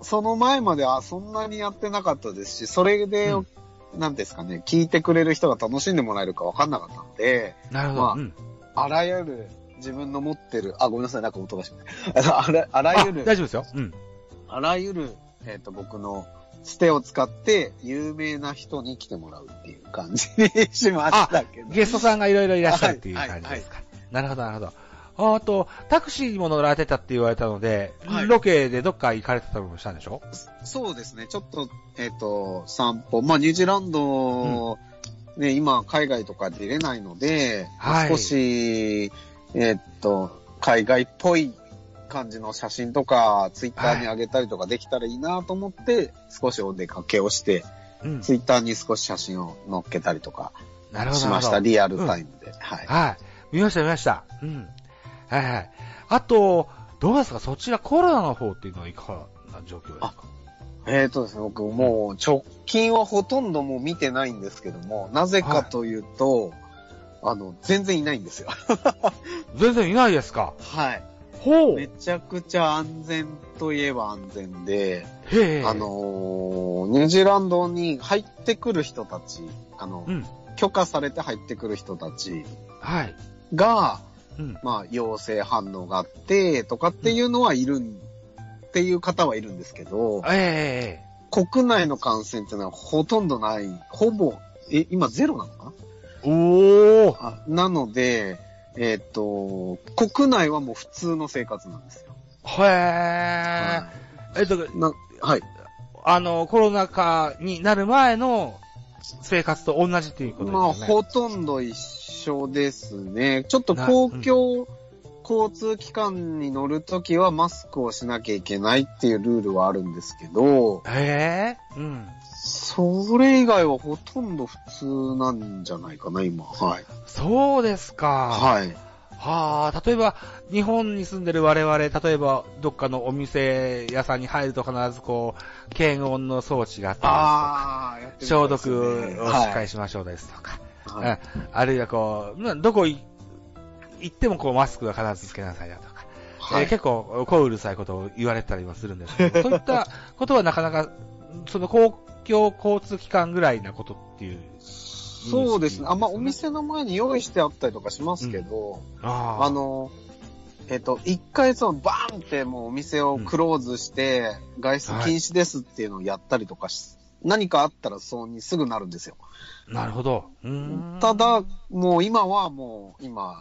B: その前まではそんなにやってなかったですし、それで、
A: うん
B: なんですかね、聞いてくれる人が楽しんでもらえるかわかんなかったので、
A: なるほど。
B: まあ
A: うん。
B: あらゆる自分の持ってる、あ、ごめんなさい、なんか音がしない。あらあらゆ
A: あ
B: る、
A: 大丈夫ですよ。うん。
B: あらゆる、えっ、と、僕のステを使って、有名な人に来てもらうっていう感じにしましたけど。
A: ゲストさんがいろいろいらっしゃるっていう感じですか。なるほど、なるほど。ああと、タクシーにも乗られてたって言われたので、
B: はい
A: ロケでどっか行かれてたりもしたんでしょ
B: そうですね、ちょっと、えっ、と、散歩。まあ、ニュージーランド、ね、今、海外とか出れないので、
A: はい
B: 少し、えっ、と、海外っぽい感じの写真とか、ツイッターに上げたりとかできたらいいなと思って、少しお出かけをして、
A: うん。
B: ツイッターに少し写真を載っけたりとか
A: なるほど。
B: しました、
A: なる
B: リアルタイムで。はい。
A: ほどはい。見ました、見ました。うん。はいはい。あと、どうですかそちらコロナの方っていうのはいかがな状況ですか
B: えっ、とですね、僕もう直近はほとんどもう見てないんですけども、なぜかというと、あの、全然いないんですよ。
A: 全然いないですか
B: はい。
A: ほう
B: めちゃくちゃ安全といえば安全で、
A: へえ。
B: あの、ー、ニュージーランドに入ってくる人たち、あの、
A: うん
B: 許可されて入ってくる人たち
A: はい。
B: が、
A: うん。
B: まあ、陽性反応があって、とかっていうのはいるん、っていう方はいるんですけど、
A: ええ
B: 国内の感染っていうのはほとんどない、ほぼ、え、今ゼロなのかな
A: おお。
B: あなので、えっ、と、国内はもう普通の生活なんですよ。
A: へえ。えっと、
B: なはい。
A: あの、コロナ禍になる前の生活と同じっていうことですよね。
B: まあ、ほとんど一緒ですね。ちょっと公共、交通機関に乗るときはマスクをしなきゃいけないっていうルールはあるんですけど、
A: ええうん。
B: それ以外はほとんど普通なんじゃないかな、今。はい。
A: そうですか。
B: はい。
A: はあ、例えば、日本に住んでる我々、例えば、どっかのお店屋さんに入ると必ずこう、検温の装置があったり
B: ああ、やって
A: ですとか、消毒をしっか
B: はい
A: りしましょうですとか、
B: はい。はい
A: あるいはこう、まあどこい行ってもこうマスクは必ずつけなさいだとか、
B: はい
A: えー結構、こううるさいことを言われたりもするんですけ ど、そういったことはなかなか、その公共交通機関ぐらいなことっていう。
B: そうですね。あんまお
A: です
B: 店の前に用意してあったりとかしますけど、
A: あー
B: あの、えっと、一回そのバーンってもうお店をクローズして、外出禁止ですっていうのをやったりとかし、何かあったらそうにすぐなるんですよ。
A: なるほど。うーん
B: ただ、、もう今はもう、今、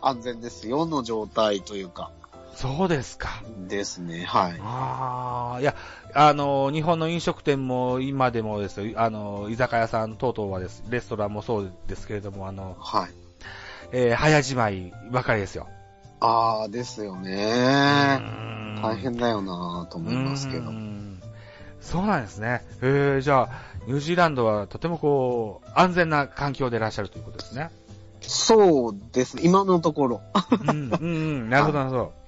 B: 安全ですよの状態というか、
A: そうですか。
B: ですね。はい。
A: ああ、いや、あの、日本の飲食店も今でもですよ、あの、居酒屋さん等々はです、レストランもそうですけれども、あの、
B: はい。
A: えー早じまいばかりですよ。
B: ああ、ですよね。
A: 大
B: 大変だよなぁと思いますけど。
A: そうなんですね。えー、じゃあ、ニュージーランドはとてもこう、安全な環境でいらっしゃるということですね。
B: そうですね。今のところ。
A: うん、うん、 うん、なるほど、なるほど。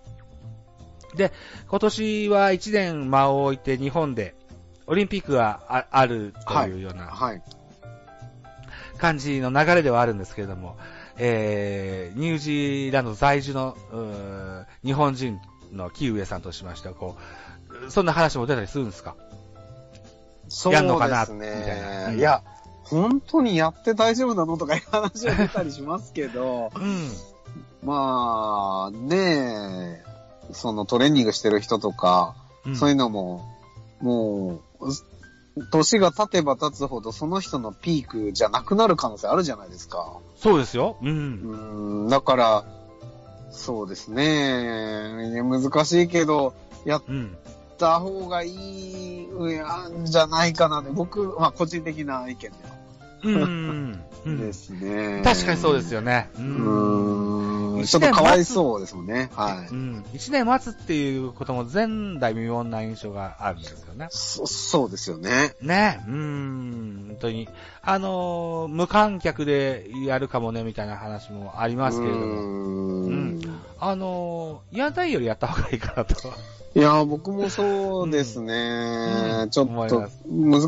A: で、今年は1年間を置いて日本で、オリンピックがああるというような
B: はい。
A: 感じの流れではあるんですけれども、えー、ニュージーランド在住の、うー日本人の木上さんとしましては、こう、そんな話も出たりするんですか
B: そう
A: やんのかな
B: です
A: みたいなう
B: ね。
A: ん、
B: いや、本当にやって大丈夫なのとかいう話は出たりしますけど
A: うん。
B: まあ、ねえ、そのトレーニングしてる人とか、
A: うん
B: そういうのも、もう、年が経てば経つほどその人のピークじゃなくなる可能性あるじゃないですか。
A: そうですよ。う。
B: うんーん、だから、そうですね。いや難しいけど、やっ
A: うん。
B: た方がいいんじゃないかなって、僕、まあ個人的な意見では。
A: うん。うん
B: で。すね。
A: 確かにそうですよね。う。
B: うんーん。ちょっとかわいそうですもんね。は
A: う
B: い。
A: ん。一年待つっていうことも前代未聞な印象があるんですよね。
B: そそうですよね。
A: ねうん。本当に。あのー無観客でやるかもね、みたいな話もありますけれども。
B: うーん
A: あのーやんないよりやった方がいいかなと。
B: いやー、僕もそうですね。
A: うん
B: ちょ
A: 思
B: っ
A: いま
B: と
A: す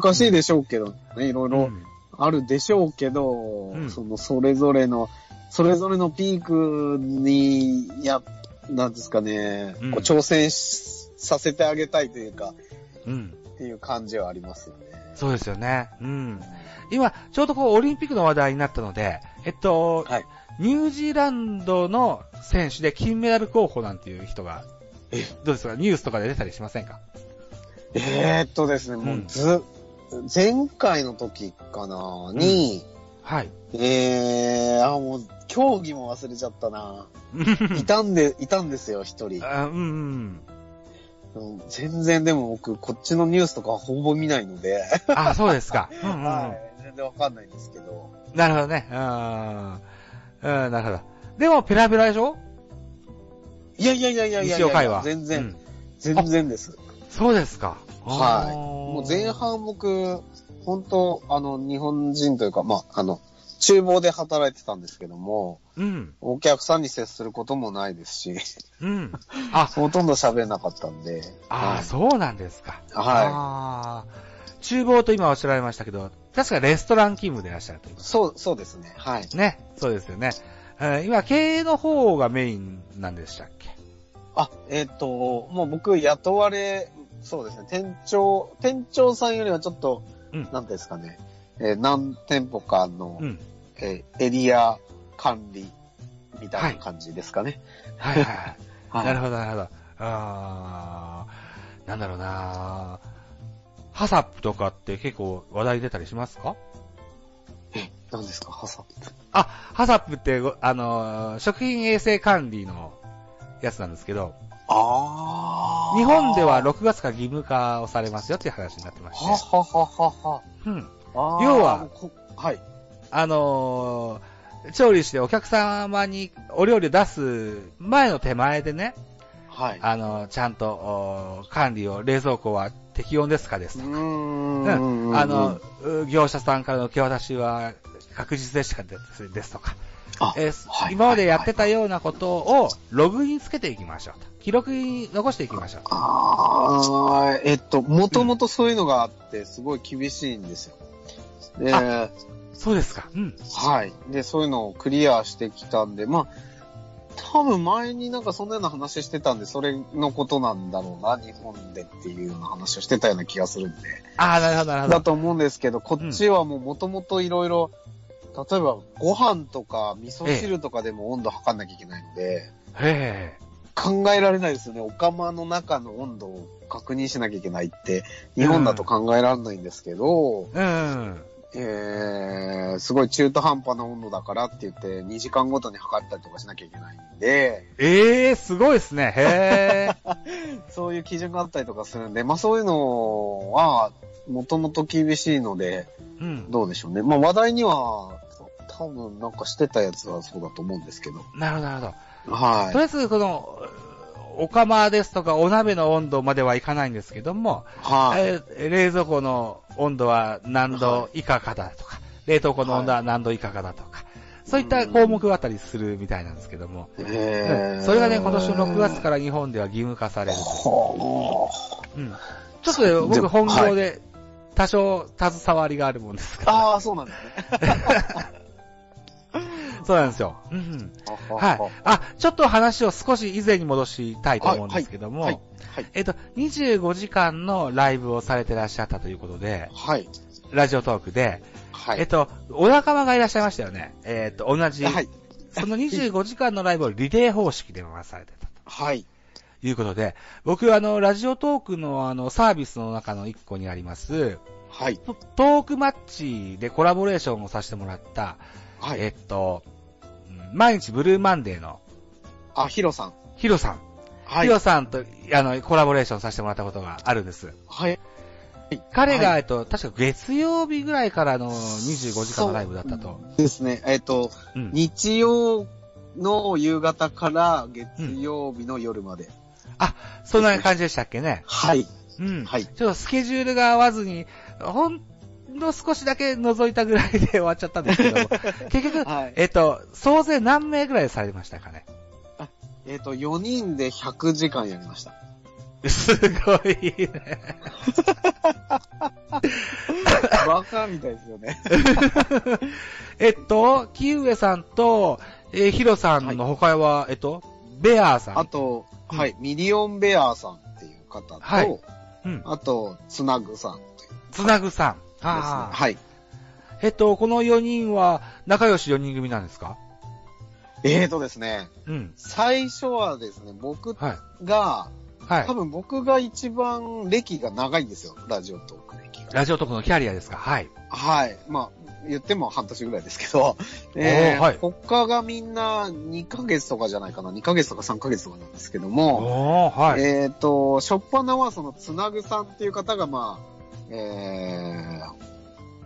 B: 難しいでしょうけどね、いろいろ
A: うん
B: あるでしょうけど、
A: うん
B: そのそれぞれの、それぞれのピークに、や、なんですかね、
A: うん
B: こう挑戦しさせてあげたいというか、
A: うん。
B: っていう感じはありますよね。
A: そうですよね。うん。今、ちょうどこう、オリンピックの話題になったので、えっと、
B: はい
A: ニュージーランドの選手で金メダル候補なんていう人が、どうですかニュースとかで出たりしませんか
B: えー、っとですね、もうず、前回の時かなに、
A: はい。
B: えー、あ、もう、競技も忘れちゃったな。いたんで、いたんですよ、一人。
A: あうんうん。
B: うん全然でも僕、こっちのニュースとかほぼ見ないので、
A: あ、そうですか。うんうん
B: はい、全然わかんないんですけど。
A: なるほどね。うん。うん、なるほど。でも、ペラペラでしょ
B: いやいやいやいやいやい
A: 日曜会
B: や
A: 話。
B: 全
A: う
B: 然
A: ん、
B: 全然です。
A: そうですか。
B: は
A: あ
B: い
A: ー
B: もう前。半僕、本当あの、日本人というか、まあ、あの、厨房で働いてたんですけども、
A: うん。
B: お客さんに接することもないですし、
A: うん。あ、
B: ほとんど喋れなかったんで。
A: ああ、そうなんですか。
B: はい
A: ああ。厨房と今おっしゃられましたけど、確かレストラン勤務でいらっしゃるというこ
B: そう、そうですね。はい。
A: とね。そうですよね。えー今、経営の方がメインなんでしたっけ
B: あ、えっ、と、もう僕雇われ、そうですね、店長、店長さんよりはちょっと、
A: うん
B: なんていうんですかね、えー何店舗かの、
A: うん。
B: えーエリア管理みたいな感じですかね。
A: はいはいはい。
B: はい。
A: なるほど、なるほど。あー、なんだろうなハサップとかって結構話題出たりしますか
B: え、何ですか、ハサップ。
A: あ、ハサップってご、あのー食品衛生管理のやつなんですけど、
B: あ
A: 日本では
B: は
A: 6月から義務化をされますよっていう話になってまして。
B: ははははは。
A: うん。
B: あー
A: 要は
B: こはい。
A: あのー調理してお客様にお料理出す前の手前でね、
B: はい。
A: あの、ちゃんと、お管理を、冷蔵庫は適温ですかです
B: う
A: と
B: ー
A: か。
B: ん
A: あの、、う業者さんからの受け渡しは確実でしたですですとか、
B: あ
A: えー
B: はい
A: 今までやってたようなことをログにつけていきましょうと。記録に残していきましょうと。
B: ああ、えっと、もともとそういうのがあって、すごい厳しいんですよ。で、は
A: そうですか。うん。
B: い。で、そういうのをクリアしてきたんで、まあ、多分前になんかそんなような話してたんで、それのことなんだろうな、日本でっていうような話をしてたような気がするんで。
A: ああ、なるほど、なるほ
B: だ
A: ど。
B: と思うんですけど、こっちはもうもともといろいろ、例えばご飯とか味噌汁とかでも温度測んなきゃいけないので、
A: へえ。
B: 考えられないですよね。お釜の中の温度を確認しなきゃいけないって、日本だと考えられないんですけど、
A: うん。
B: えー、すごい中途半端な温度だからって言って、2時間ごとに測ったりとかしなきゃいけないんで、
A: ええー、すごいですね。へ え。
B: そういう基準があったりとかするんで、まあそういうのは、もともと厳しいので、
A: うん。
B: どうでしょうね。まあ話題には、多分なんかしてたやつはそうだと思うんですけど。
A: なるほど、なるほど。
B: は
A: とり
B: い。
A: あえず、この、お釜ですとか、お鍋の温度まではいかないんですけども、
B: はい。
A: えー冷蔵庫の温度は何度以下かだとか、冷凍庫の温度は何度以下かだとか、そういった項目があったりするみたいなんですけども、
B: えー
A: それがね、今年の6月から日本では義務化される。
B: ほー
A: うん、ちょっと
B: じゃ
A: 僕
B: あ
A: 本業で多少携わりがあるもんですから、
B: ああ、そうなんですね。
A: そうなんですよ。うんうん、 はい
B: は。
A: あ、ちょっと話を少し以前に戻したいと思うんですけども、
B: はい。はい。
A: えっと、25時間のライブをされてらっしゃったということで、
B: はい。
A: ラジオトークで、
B: はい。
A: えっと、お仲間がいらっしゃいましたよね。えっと、同じ、
B: はい。
A: その25時間のライブをリレー方式で回されてたと
B: はい。
A: いうことで、僕、あの、ラジオトークのあの、サービスの中の一個にあります、
B: はい。
A: トトークマッチでコラボレーションをさせてもらった、
B: はい。
A: えっと、うん毎日ブルーマンデーの
B: あ、ヒロさん。
A: ヒロさん、
B: はい。
A: ヒロ
B: は
A: さんと、あの、コラボレーションさせてもらったことがあるんです。
B: い。
A: 彼が、
B: は
A: えっと、確か月曜日ぐらいからの25時間のライブだったと。
B: ですね。えっと、
A: うん。
B: 日曜の夕方から月曜日の夜まで。
A: そんな感じでしたっけね。
B: はい。
A: うん。
B: はい。
A: ちょっとスケジュールが合わずに、ほんの少しだけ覗いたぐらいで終わっちゃったんですけ ども、結局、
B: はい。
A: えっと、総勢何名ぐらいされましたかね。
B: えっと、4人で100時間やりました。
A: すごいね。
B: バカみたいですよね。
A: えっと、木上さんと、えーヒロさんの他は、えっと、ベアーさん。
B: あと、はい。ミリオンベアーさんっていう方と、
A: はいうん。
B: あと、つなぐさんというですね。
A: つなぐさん。あー
B: はい。
A: えっと、この4人は、仲良し4人組なんですか
B: えーとですね、
A: うん。
B: 最初はですね、僕
A: はい。
B: が、
A: はい
B: 多。分僕が一番歴が長いんですよ、ラジオトーク歴が。
A: ラジオトークのキャリアですかはい。
B: はい。まあ、言っても半年ぐらいですけど、
A: ーはい
B: 他がみんな2ヶ月とかじゃないかな、2ヶ月とか3ヶ月とかなんですけど
A: お
B: も、
A: おはい。
B: えっ、と、初っ端はそのつなぐさんっていう方が、まあ、えー、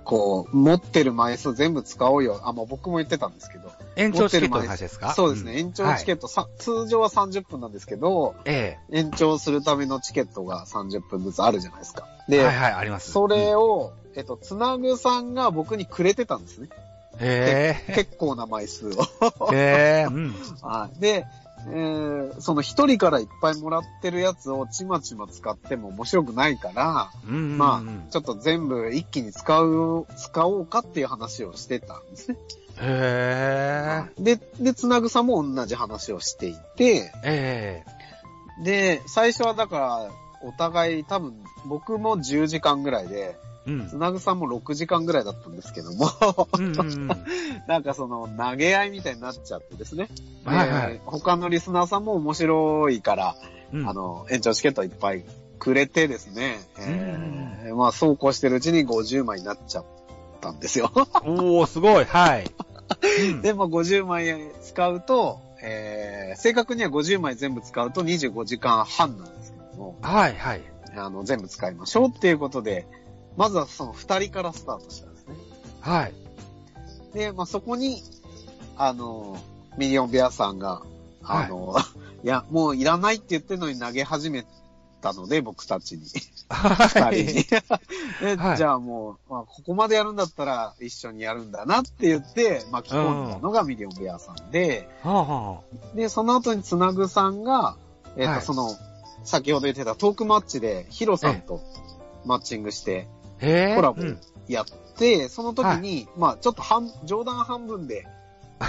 B: こう、持ってる枚数全部使おうよ。あ、まあ僕も言ってたんですけど。
A: 延長チケットの話ですか
B: そうですね。延長チケ
A: ット。
B: ット、さ通常は30分なんですけど、
A: はいえ
B: 延長するためのチケットが30分ずつあるじゃないですか。
A: え。
B: で、
A: はいはい、あります。
B: それ
A: を。
B: を、えっと、つなぐさんが僕にくれてたんですね。
A: ええ。
B: 結構な枚数を。
A: ええ。うん。
B: はいで、えーその一人からいっぱいもらってるやつをちまちま使っても面白くないから、
A: うん。
B: ま
A: うん
B: あ、ちょっと全部一気に使う、使おうかっていう話をしてたんですね。
A: へ
B: で、で、つなぐさんも同じ話をしていて、
A: え。え
B: で、最初はだから、お互い多分、僕も10時間ぐらいで、
A: え。うん
B: つ。なぐさんも6時間ぐらいだったんですけども、
A: うんうんうん。
B: なんかその投げ合いみたいになっちゃってですね。
A: はいは
B: えー
A: い。
B: 他のリスナーさんも面白いから、
A: うん
B: あ、の、延長チケットいっぱいくれてですね、
A: うん
B: えーまあそうこうしてるうちに50枚になっちゃったんですよ。
A: おおすごい。はい。うん
B: で、まあ50枚使うと、えー正確には50枚全部使うと25時間半なんですけども、
A: はいはい。
B: あの、全部使いましょうっていうことで、まずはその2人からスタートしたんですね。
A: はい。
B: で、まあ、そこに、あの、ミリオンベアさんが、あの、 い、や、もういらないって言ってるのに投げ始めたので、僕たちに。
A: は
B: 二
A: い
B: 人 に。で
A: はい
B: じゃあもう、まあ、ここまでやるんだったら一緒にやるんだなって言って巻き込んだのがミリオンベアさんで、
A: はあは
B: で、その後につなぐさんが、えっ、と、
A: はい
B: その、先ほど言ってたトークマッチでヒロさんとマッチングして、
A: あ。へえ。
B: コラボ
A: うん
B: やって、その時に、まあちょっと半、冗談半分で、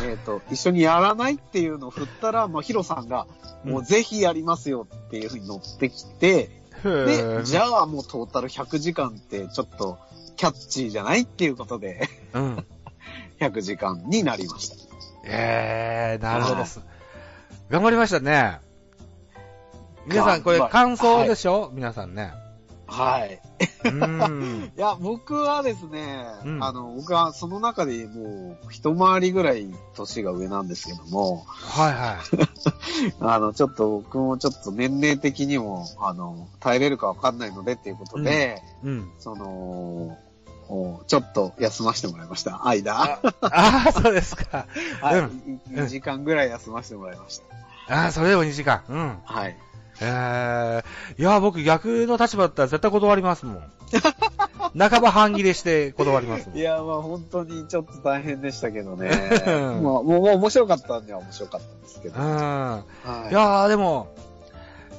B: えっ、と、 一緒にやらないっていうのを振ったら、まあヒロさんが、
A: うん
B: もうぜひやりますよっていうふうに乗ってきて、で、じ
A: ゃ
B: ゃあもうトータル100時間ってちょっとキャッチーじゃないっていうことで、
A: うん。
B: 100時間になりました。
A: ええなるほど
B: はい。
A: 頑張りましたね。皆さん、これ
B: 頑張る
A: 感想でしょ、皆さん ね。
B: はい。
A: うーん。
B: いや、僕はですね、
A: うん
B: あの、僕はその中でもう一回りぐらい年が上なんですけども、
A: はいは
B: あの、ちょっと僕もちょっと年齢的にも、あの、耐えれるかわかんないのでっていうことで、
A: い。うん。
B: その、おちょっと休ませてもらいました。間。
A: ああ、そうですか。
B: はい。
A: う
B: 2時間ぐらい休ませてもらいました。
A: ああ、それでも2時間。うん。
B: はい。
A: ええいや、僕逆の立場だったら絶対断ります もん。半ば半切れして断りますもん。
B: い
A: いや、
B: や、まあ本当にちょっと大変でしたけどね。
A: う
B: まあ、
A: ん
B: もうもう面白かったんでは面白かったんですけど。
A: う
B: は
A: ん。い
B: い。
A: やー、でも、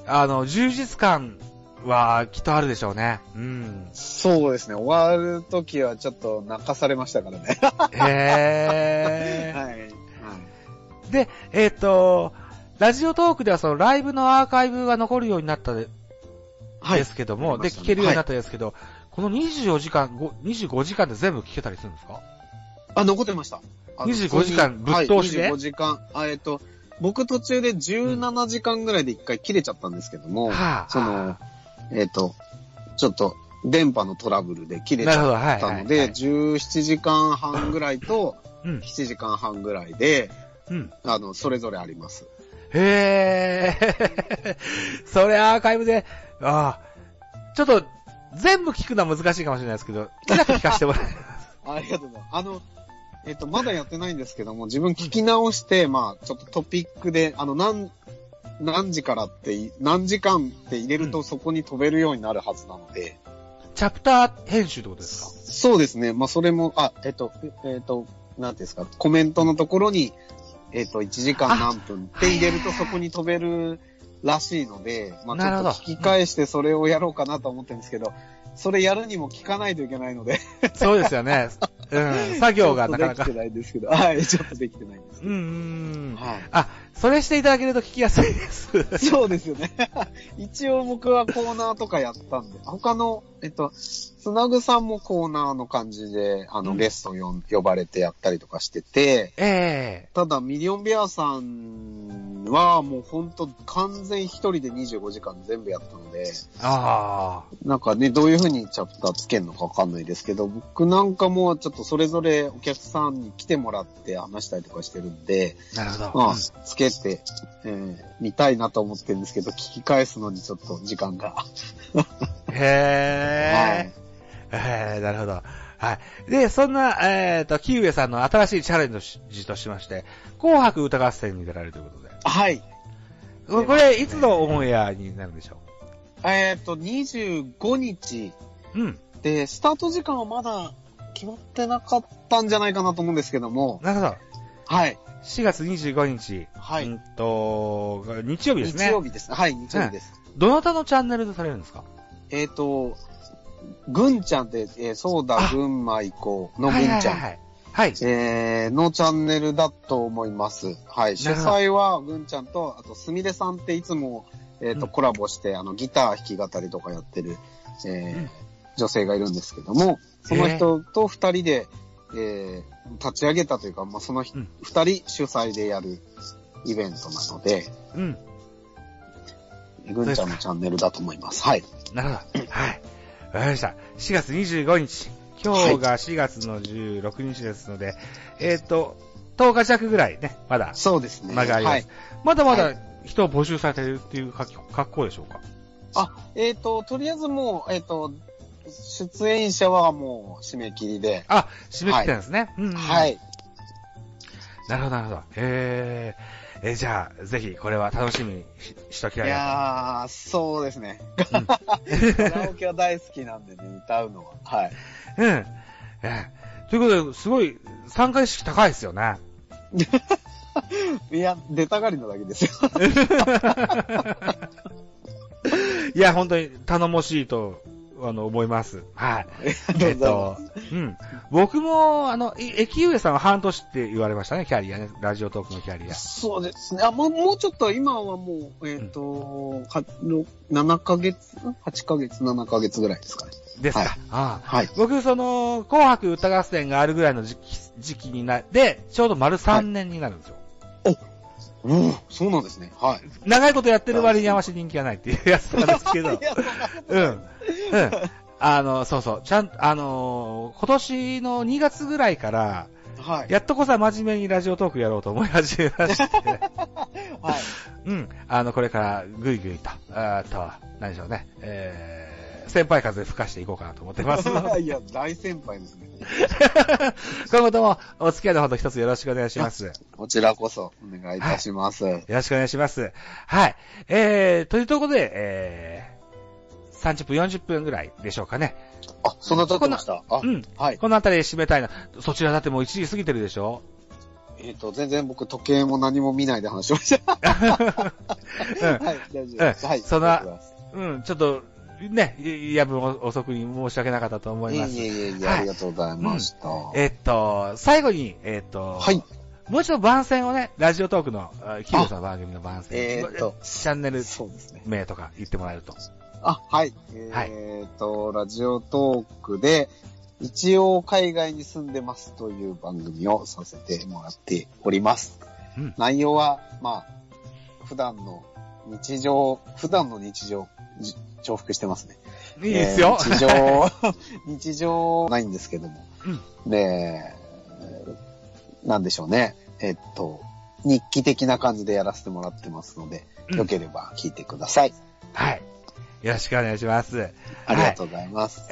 A: あの、充実感はきっとあるでしょうね。うん。
B: そうですね。終わるときはちょっと泣かされましたからね。
A: へー。
B: はい。はい。
A: で、えっ、と、ラジオトークではそのライブのアーカイブが残るようになったで
B: はい
A: で。すけども、
B: あり
A: で、
B: ましたね
A: 聞けるようになったですけど、この24時間、ご25時間で全部聞けたりするんですか
B: あ、残ってました。あの
A: 25時間ぶっ通しで
B: はい、25時間。あえっと、僕途中で17時間ぐらいで一回切れちゃったんですけども、
A: はあ
B: その、えっ、と、ちょっと、電波のトラブルで切れち
A: なるほ
B: ゃっ
A: ど、はい。
B: たの
A: はい
B: で、
A: はい
B: 17時間半ぐらいと
A: うん、
B: 7時間半ぐらいで、
A: うん。
B: あの、それぞれあります。
A: へえ、それアー カイブで、ああ、ちょっと、全部聞くのは難しいかもしれないですけど、少なく聞かせてもら え
B: ありがとうございます。あの、えっ、と、まだやってないんですけども、自分聞き直して、まあ、ちょっとトピックで、あの、何、何時からってい、何時間って入れる
A: う
B: とそこに飛べるようになるはずなので、
A: チャプター編集ってことですか
B: そうですね。まあ、それも、あ、えっ、と、ええっ、と、なんていうんですか、コメントのところに、えっ、と、1時間何分って入れるとそこに飛べるらしいので、まあ、
A: な
B: ち
A: る
B: ょ
A: ほ
B: っ
A: ど
B: と聞き返してそれをやろうかなと思ってるんですけど、それやるにも聞かないといけないので、
A: そうですよね。うん、作業がなかなか
B: ちょっとでき。てないんですけど、はい、ちょっとできてないんですけ
A: う
B: ど。
A: んうんうん。
B: は
A: あ、それしていただけると聞きやすいです。
B: い、そうですよね。 一応僕はコーナーとかやったんで、他の、えっと、つなぐさんもコーナーの感じで、あの、
A: うん
B: ゲストよん呼ばれてやったりとかしてて、
A: ええ
B: ただ、ミリオンベアさんは、もう本当完全一人で25時間全部やったので、
A: ああ、
B: なんかね、どういう風にチャプターつけるのかわかんないですけど、僕なんかもうちょっとそれぞれお客さんに来てもらって話したりとかしてるんで、
A: なるほど。
B: まあ、つけて、えー見たいなと思ってるんですけど、聞き返すのにちょっと時間が。
A: うんへえ、
B: はい。
A: えー、なるほど。はい。で、そんな、えっ、と、キウエさんの新しいチャレンジとしまして、紅白歌合戦に出られるということで。
B: はい。
A: ここれ、いつのオンエアになるんでしょ
B: えっと、25日
A: ううん。
B: で、スタート時間はまだ決まってなかったんじゃないかなと思うんですけども、
A: なるほど。
B: はい。
A: 4月25日。
B: はい。
A: うんと、日曜日ですね。
B: 日曜日です。はい、日曜日です。
A: どなたのチャンネルでされるんですか
B: えっ、と、ぐんちゃんって、えー、そうだ
A: あ、
B: ぐんまいこのぐんちゃ
A: はい
B: ん。
A: はいはいはい。はい。
B: えー、のチャンネルだと思います。はい。主
A: なるほど
B: 催は、ぐんちゃんと、あと、すみれさんっていつも、えっ、と、
A: うん
B: コラボして、あの、ギター弾き語りとかやってる、えー
A: うん
B: 女性がいるんですけども、その人と二人で、えー、立ち上げたというか、まあ、その人
A: うん
B: 二、人主催でやるイベントなので、
A: うん。
B: ぐんちゃんのチャンネルだと思います。はい。
A: なるほど。はい。わかりました。4月25日。今日が4月の16日ですので、えっ、と、10日弱ぐらいね、まだ、
B: そうですね。
A: 間がありま
B: は
A: す
B: い。
A: まだま
B: は
A: だ人を募集されてるっていう格格好でしょうか
B: えっ、と、とりあえずもう、えっ、と、出演者はもう締め切りで、
A: あ、締め切ったんですね。うんうん
B: はい。
A: なるほど、なるほど。えー、えーじゃあ、ぜひ、これは楽しみにししとき
B: い
A: たいなと
B: やー、そうですね。
A: うん
B: カラオケは大好きなんでね、歌うのは。はい。
A: うん。ええということで、すごい、参加意識高いですよね。
B: いや、出たがりなだけですよ。
A: いや、本当に頼もしいと、あの、思います。 はい。えっと、うん。僕も、あの、い駅上さんは半年って言われましたね、キャリアね。ラジオトークのキャリア。
B: そうですね。あ、もう、もうちょっと、今はもう、えっ、と、かろ7ヶ月、8ヶ月、7ヶ月ぐらいですかね。
A: ですか。
B: はい
A: ああ
B: はい。
A: 僕、その、紅白歌合戦があるぐらいの時期時期になって、ちょうど丸3年になるんですよ。
B: うん、そうなんですね。はい。
A: 長いことやってる割にあまし人気がないっていうやつなんですけど。うん。うん。あの、そうそう。ちゃん、あのー今年の2月ぐらいから、
B: はい。
A: やっとこさ真面目にラジオトークやろうと思い始めまして、
B: はい。
A: うん。あの、これからぐいぐいと、あーとは、何でしょうね、えー、先輩風吹かしていこうかなと思って ますので、
B: いや、大先輩ですね。
A: 今後ともお付き合いのほど一つよろしくお願いします。よ
B: こちらこそ、お願いいたします。
A: ろしくお願いします。はい。えー、というところで、えー、30分、40分ぐらいでしょうかね。
B: あ、そんなとこでした。あ
A: う、ん。
B: はい。
A: このあたりで締めたいな。そちらだってもう1時過ぎてるでしょ
B: えっ、と、全然僕、時計も何も見ないで話しま した。
A: うん。
B: はい、大丈夫です。はい。
A: そんな
B: ありがとうございます
A: うん、ちょっと、ね、い夜分遅くに申し訳なかったと思います。
B: いえいえいえいえ、
A: はい
B: ありがとうございました。
A: えっと、最後に、えっと、
B: はい。
A: もう一度番宣をね、ラジオトークの、あキーボーさんの番組の番宣、
B: えーっと
A: チャンネル
B: そうですね。
A: 名とか言ってもらえると。
B: あ、はい。
A: はい
B: えっ、と、ラジオトークで、一応海外に住んでますという番組をさせてもらっております。
A: うん
B: 内容は、まあ、普段の日常、普段の日常、じ重複してますね。
A: いいですよ。
B: えー日常、日 常ないんですけども。で、なんでしょうね。えっと、日記的な感じでやらせてもらってますので、
A: うん
B: よければ聞いてください。
A: はい。よろしくお願いします。
B: ありがとうございます。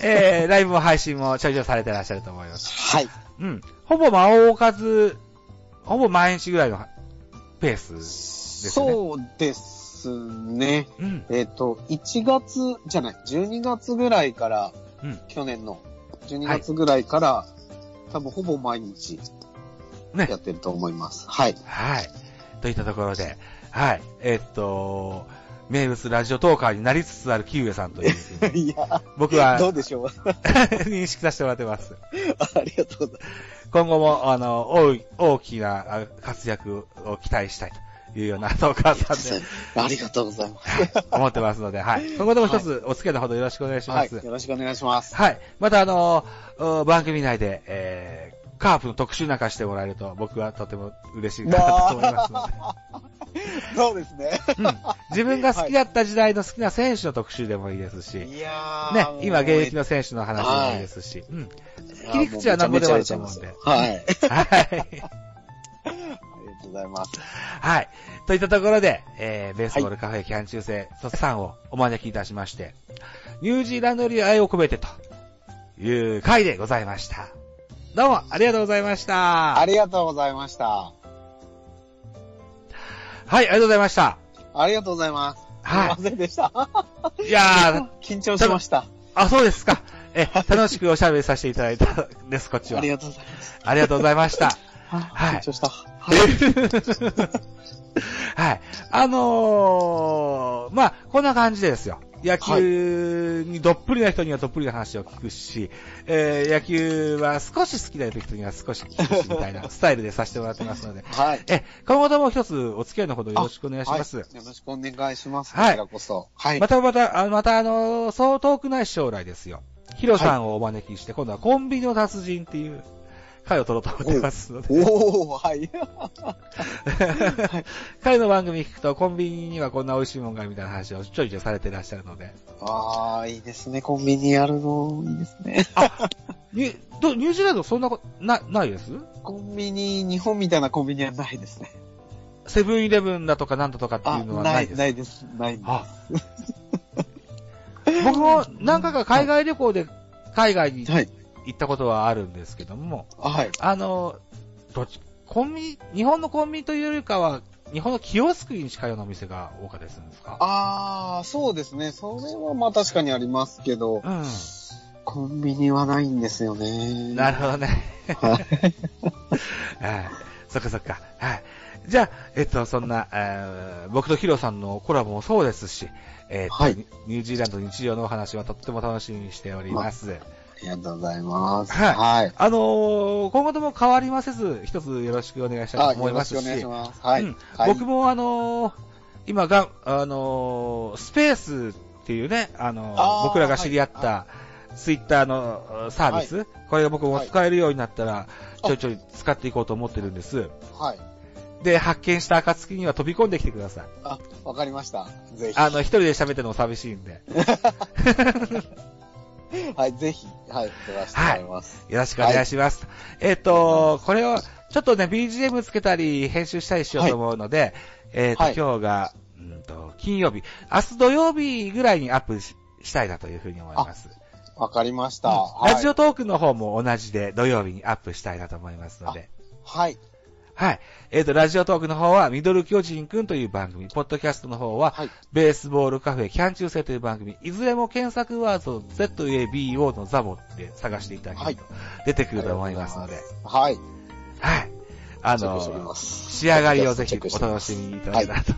A: えー、ライブも配信もちょいちょいされてらっしゃると思います。
B: はい。
A: うん。ほぼ間を置かず、ほぼ毎日ぐらいのペース。すね
B: そうですね。
A: うん。
B: えっと、1月じゃない、12月ぐらいから、
A: うん
B: 去年の12月ぐらいから、多分ほぼ毎日
A: ね
B: やってると思います。はい。
A: はい。といったところで、はい。えっと、名物ラジオトーカーになりつつあるキウエさんというふうに、
B: いや、
A: 僕は
B: どうでしょう。
A: 認識させてもらってます。
B: ありがとうござい
A: 今後も、あの、大い大きなあ活躍を期待したいというよう なトーカー
B: ま
A: さん
B: す
A: で。
B: ありがとうございます。
A: 思ってますので、はい。今後とも一つお付き合いのほどよろしくお願いしま
B: はい。
A: す。はい。
B: よろしくお願いします。
A: また、あの、う番組内で、えー、カープの特集なんかしてもらえると、僕はとても嬉しいかなと思いますので。
B: そうですね。
A: うん自分が好きだった時代の好きな選手の特集でもいいですし、ね、
B: いやー。
A: 今現役
B: の
A: の選手の話でもいいですし、うん。切り口は
B: な
A: 何
B: ん
A: ぼでもあると思うんで。
B: はい。あり
A: はい。
B: がとうございます。
A: はい。といったところで、えー、ベースボールカフェキャン中世、トツさんをお招きいたしまして、ニュージーランドより愛を込めてという回でございました。どうもありがとうございました。
B: ありがとうございました。
A: はい、ありがとうございました。
B: ありがとうございます。すいま
A: は
B: せんでした。
A: い。いやー、
B: 緊張しました。
A: あ、そうですか。え、楽しくおしゃべりさせていただいたんです、こっち
B: あ
A: は
B: り。がとうございます。
A: ありがとうございました。
B: はい緊張した。
A: はい。あのー、まあ、こんな感じでですよ。野球にどっぷりな人にはどっぷりな話を聞くし、えー、野球は少し好きだよという人には少し聞くし、みたいなスタイルでさせてもらってますので、
B: はい。
A: え、今後とも一つお付き合いのほどよろしくお願いします。
B: はいよろしくお願いします。
A: はい
B: こちらこそ。はい
A: ま。たまた、あまたあのーそう遠くない将来ですよ。ヒロさんをお招きして、今度はコンビニの達人っていう回を取ろうと思ってますので。
B: おー、はい。
A: 彼の番組聞くと、コンビニにはこんな美味しいもんがみたいな話をちょいちょいされてらっしゃるので。
B: あー、いいですね。コンビニやるの、いいですね。
A: にどニュージーランドそんなこと、な、ないです
B: コンビニ、日本みたいなコンビニはないですね。
A: セブンイレブンだとかなんだとかってい
B: あ、
A: うのはないです。
B: ないです。ないんです。
A: あ僕も何回か海外旅行で海外に
B: はい。
A: 行ったことはあるんですけども、
B: はい。
A: あの、どっち、コンビニ、日本のコンビニというよりかは、日本のキオスクに近いようなお店が多かったりするんですか
B: ああ、そうですね。それはまあ確かにありますけど、
A: う
B: コンビニはないんですよね。
A: ん。なるほどね。はい。そっかそっか。はい。じゃあ、えっと、そんな、えー僕とヒロさんのコラボもそうですし、えっと、
B: はい
A: ニニュージーランド日常のお話はとっても楽しみにしております。
B: ありがとうございます。
A: はい
B: はい。
A: あのー今後とも変わりませず、一つよろしくお願いしたいと
B: あ、
A: 思
B: よ
A: い
B: ろ
A: ま
B: し
A: す
B: くお
A: し、
B: 願いします。はい。
A: うん
B: はい、
A: 僕もあのー今が、あのースペースっていうね、あのー
B: あー
A: 僕らが知り合った、ツイッターのサービス、これが僕も使えるようになったら、
B: い
A: ちょいちょい使っていこうと思ってるんです。
B: はい。
A: で、発見した暁には飛び込んできてください。
B: あ、わかりました。ぜひ。
A: あの、一人で喋ってるのも寂しいんで、
B: はい、ぜひ。はい、出らせてもらいます。
A: よろしくお願いします。えっ、と、これを、ちょっとね、BGM つけたり、編集したりしようと思うので、えっ、と、
B: はい
A: 今日が、うんと、金曜日、明日土曜日ぐらいにアップししたいなというふうに思います。
B: わ、かりました。
A: うんラジ
B: はい。
A: オトークの方も同じで土曜日にアップしたいなと思いますので。
B: はい。
A: はい。えっ、と、ラジオトークの方は、ミドル巨人くんという番組、ポッドキャストの方は、
B: はい
A: ベースボールカフェキャン中世という番組、いずれも検索ワード ZABO のザボって探していただけると出てくると思いますので、
B: はい。
A: はい。あ
B: チェックしておき
A: の
B: ま、す。
A: 仕上がりをぜひ
B: チェック
A: お
B: してま
A: 楽
B: す
A: しみいただけたらと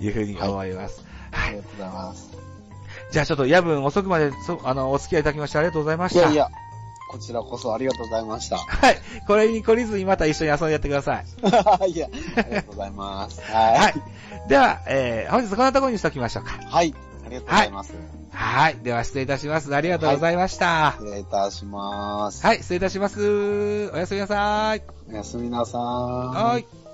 A: いうふうに思います。は
B: あ
A: い。
B: りがとうございます。
A: じゃあちょっと夜分遅くまで、そあの、お付き合いいただきましてありがとうございまし
B: い
A: た。
B: やいや、こちらこそありがとうございました。
A: はい。これに懲りずにまた一緒に遊んでやってください。
B: いや、ありがとうございます。はい。
A: はい。では、えー、本日こんなところにしときましょうか。
B: はい。ありがとうございます。
A: はい。では失礼いたします。ありがとうございました。はい、
B: 失礼いたします。
A: 失礼いたします。おやすみなさい。
B: おやすみなさー
A: はい。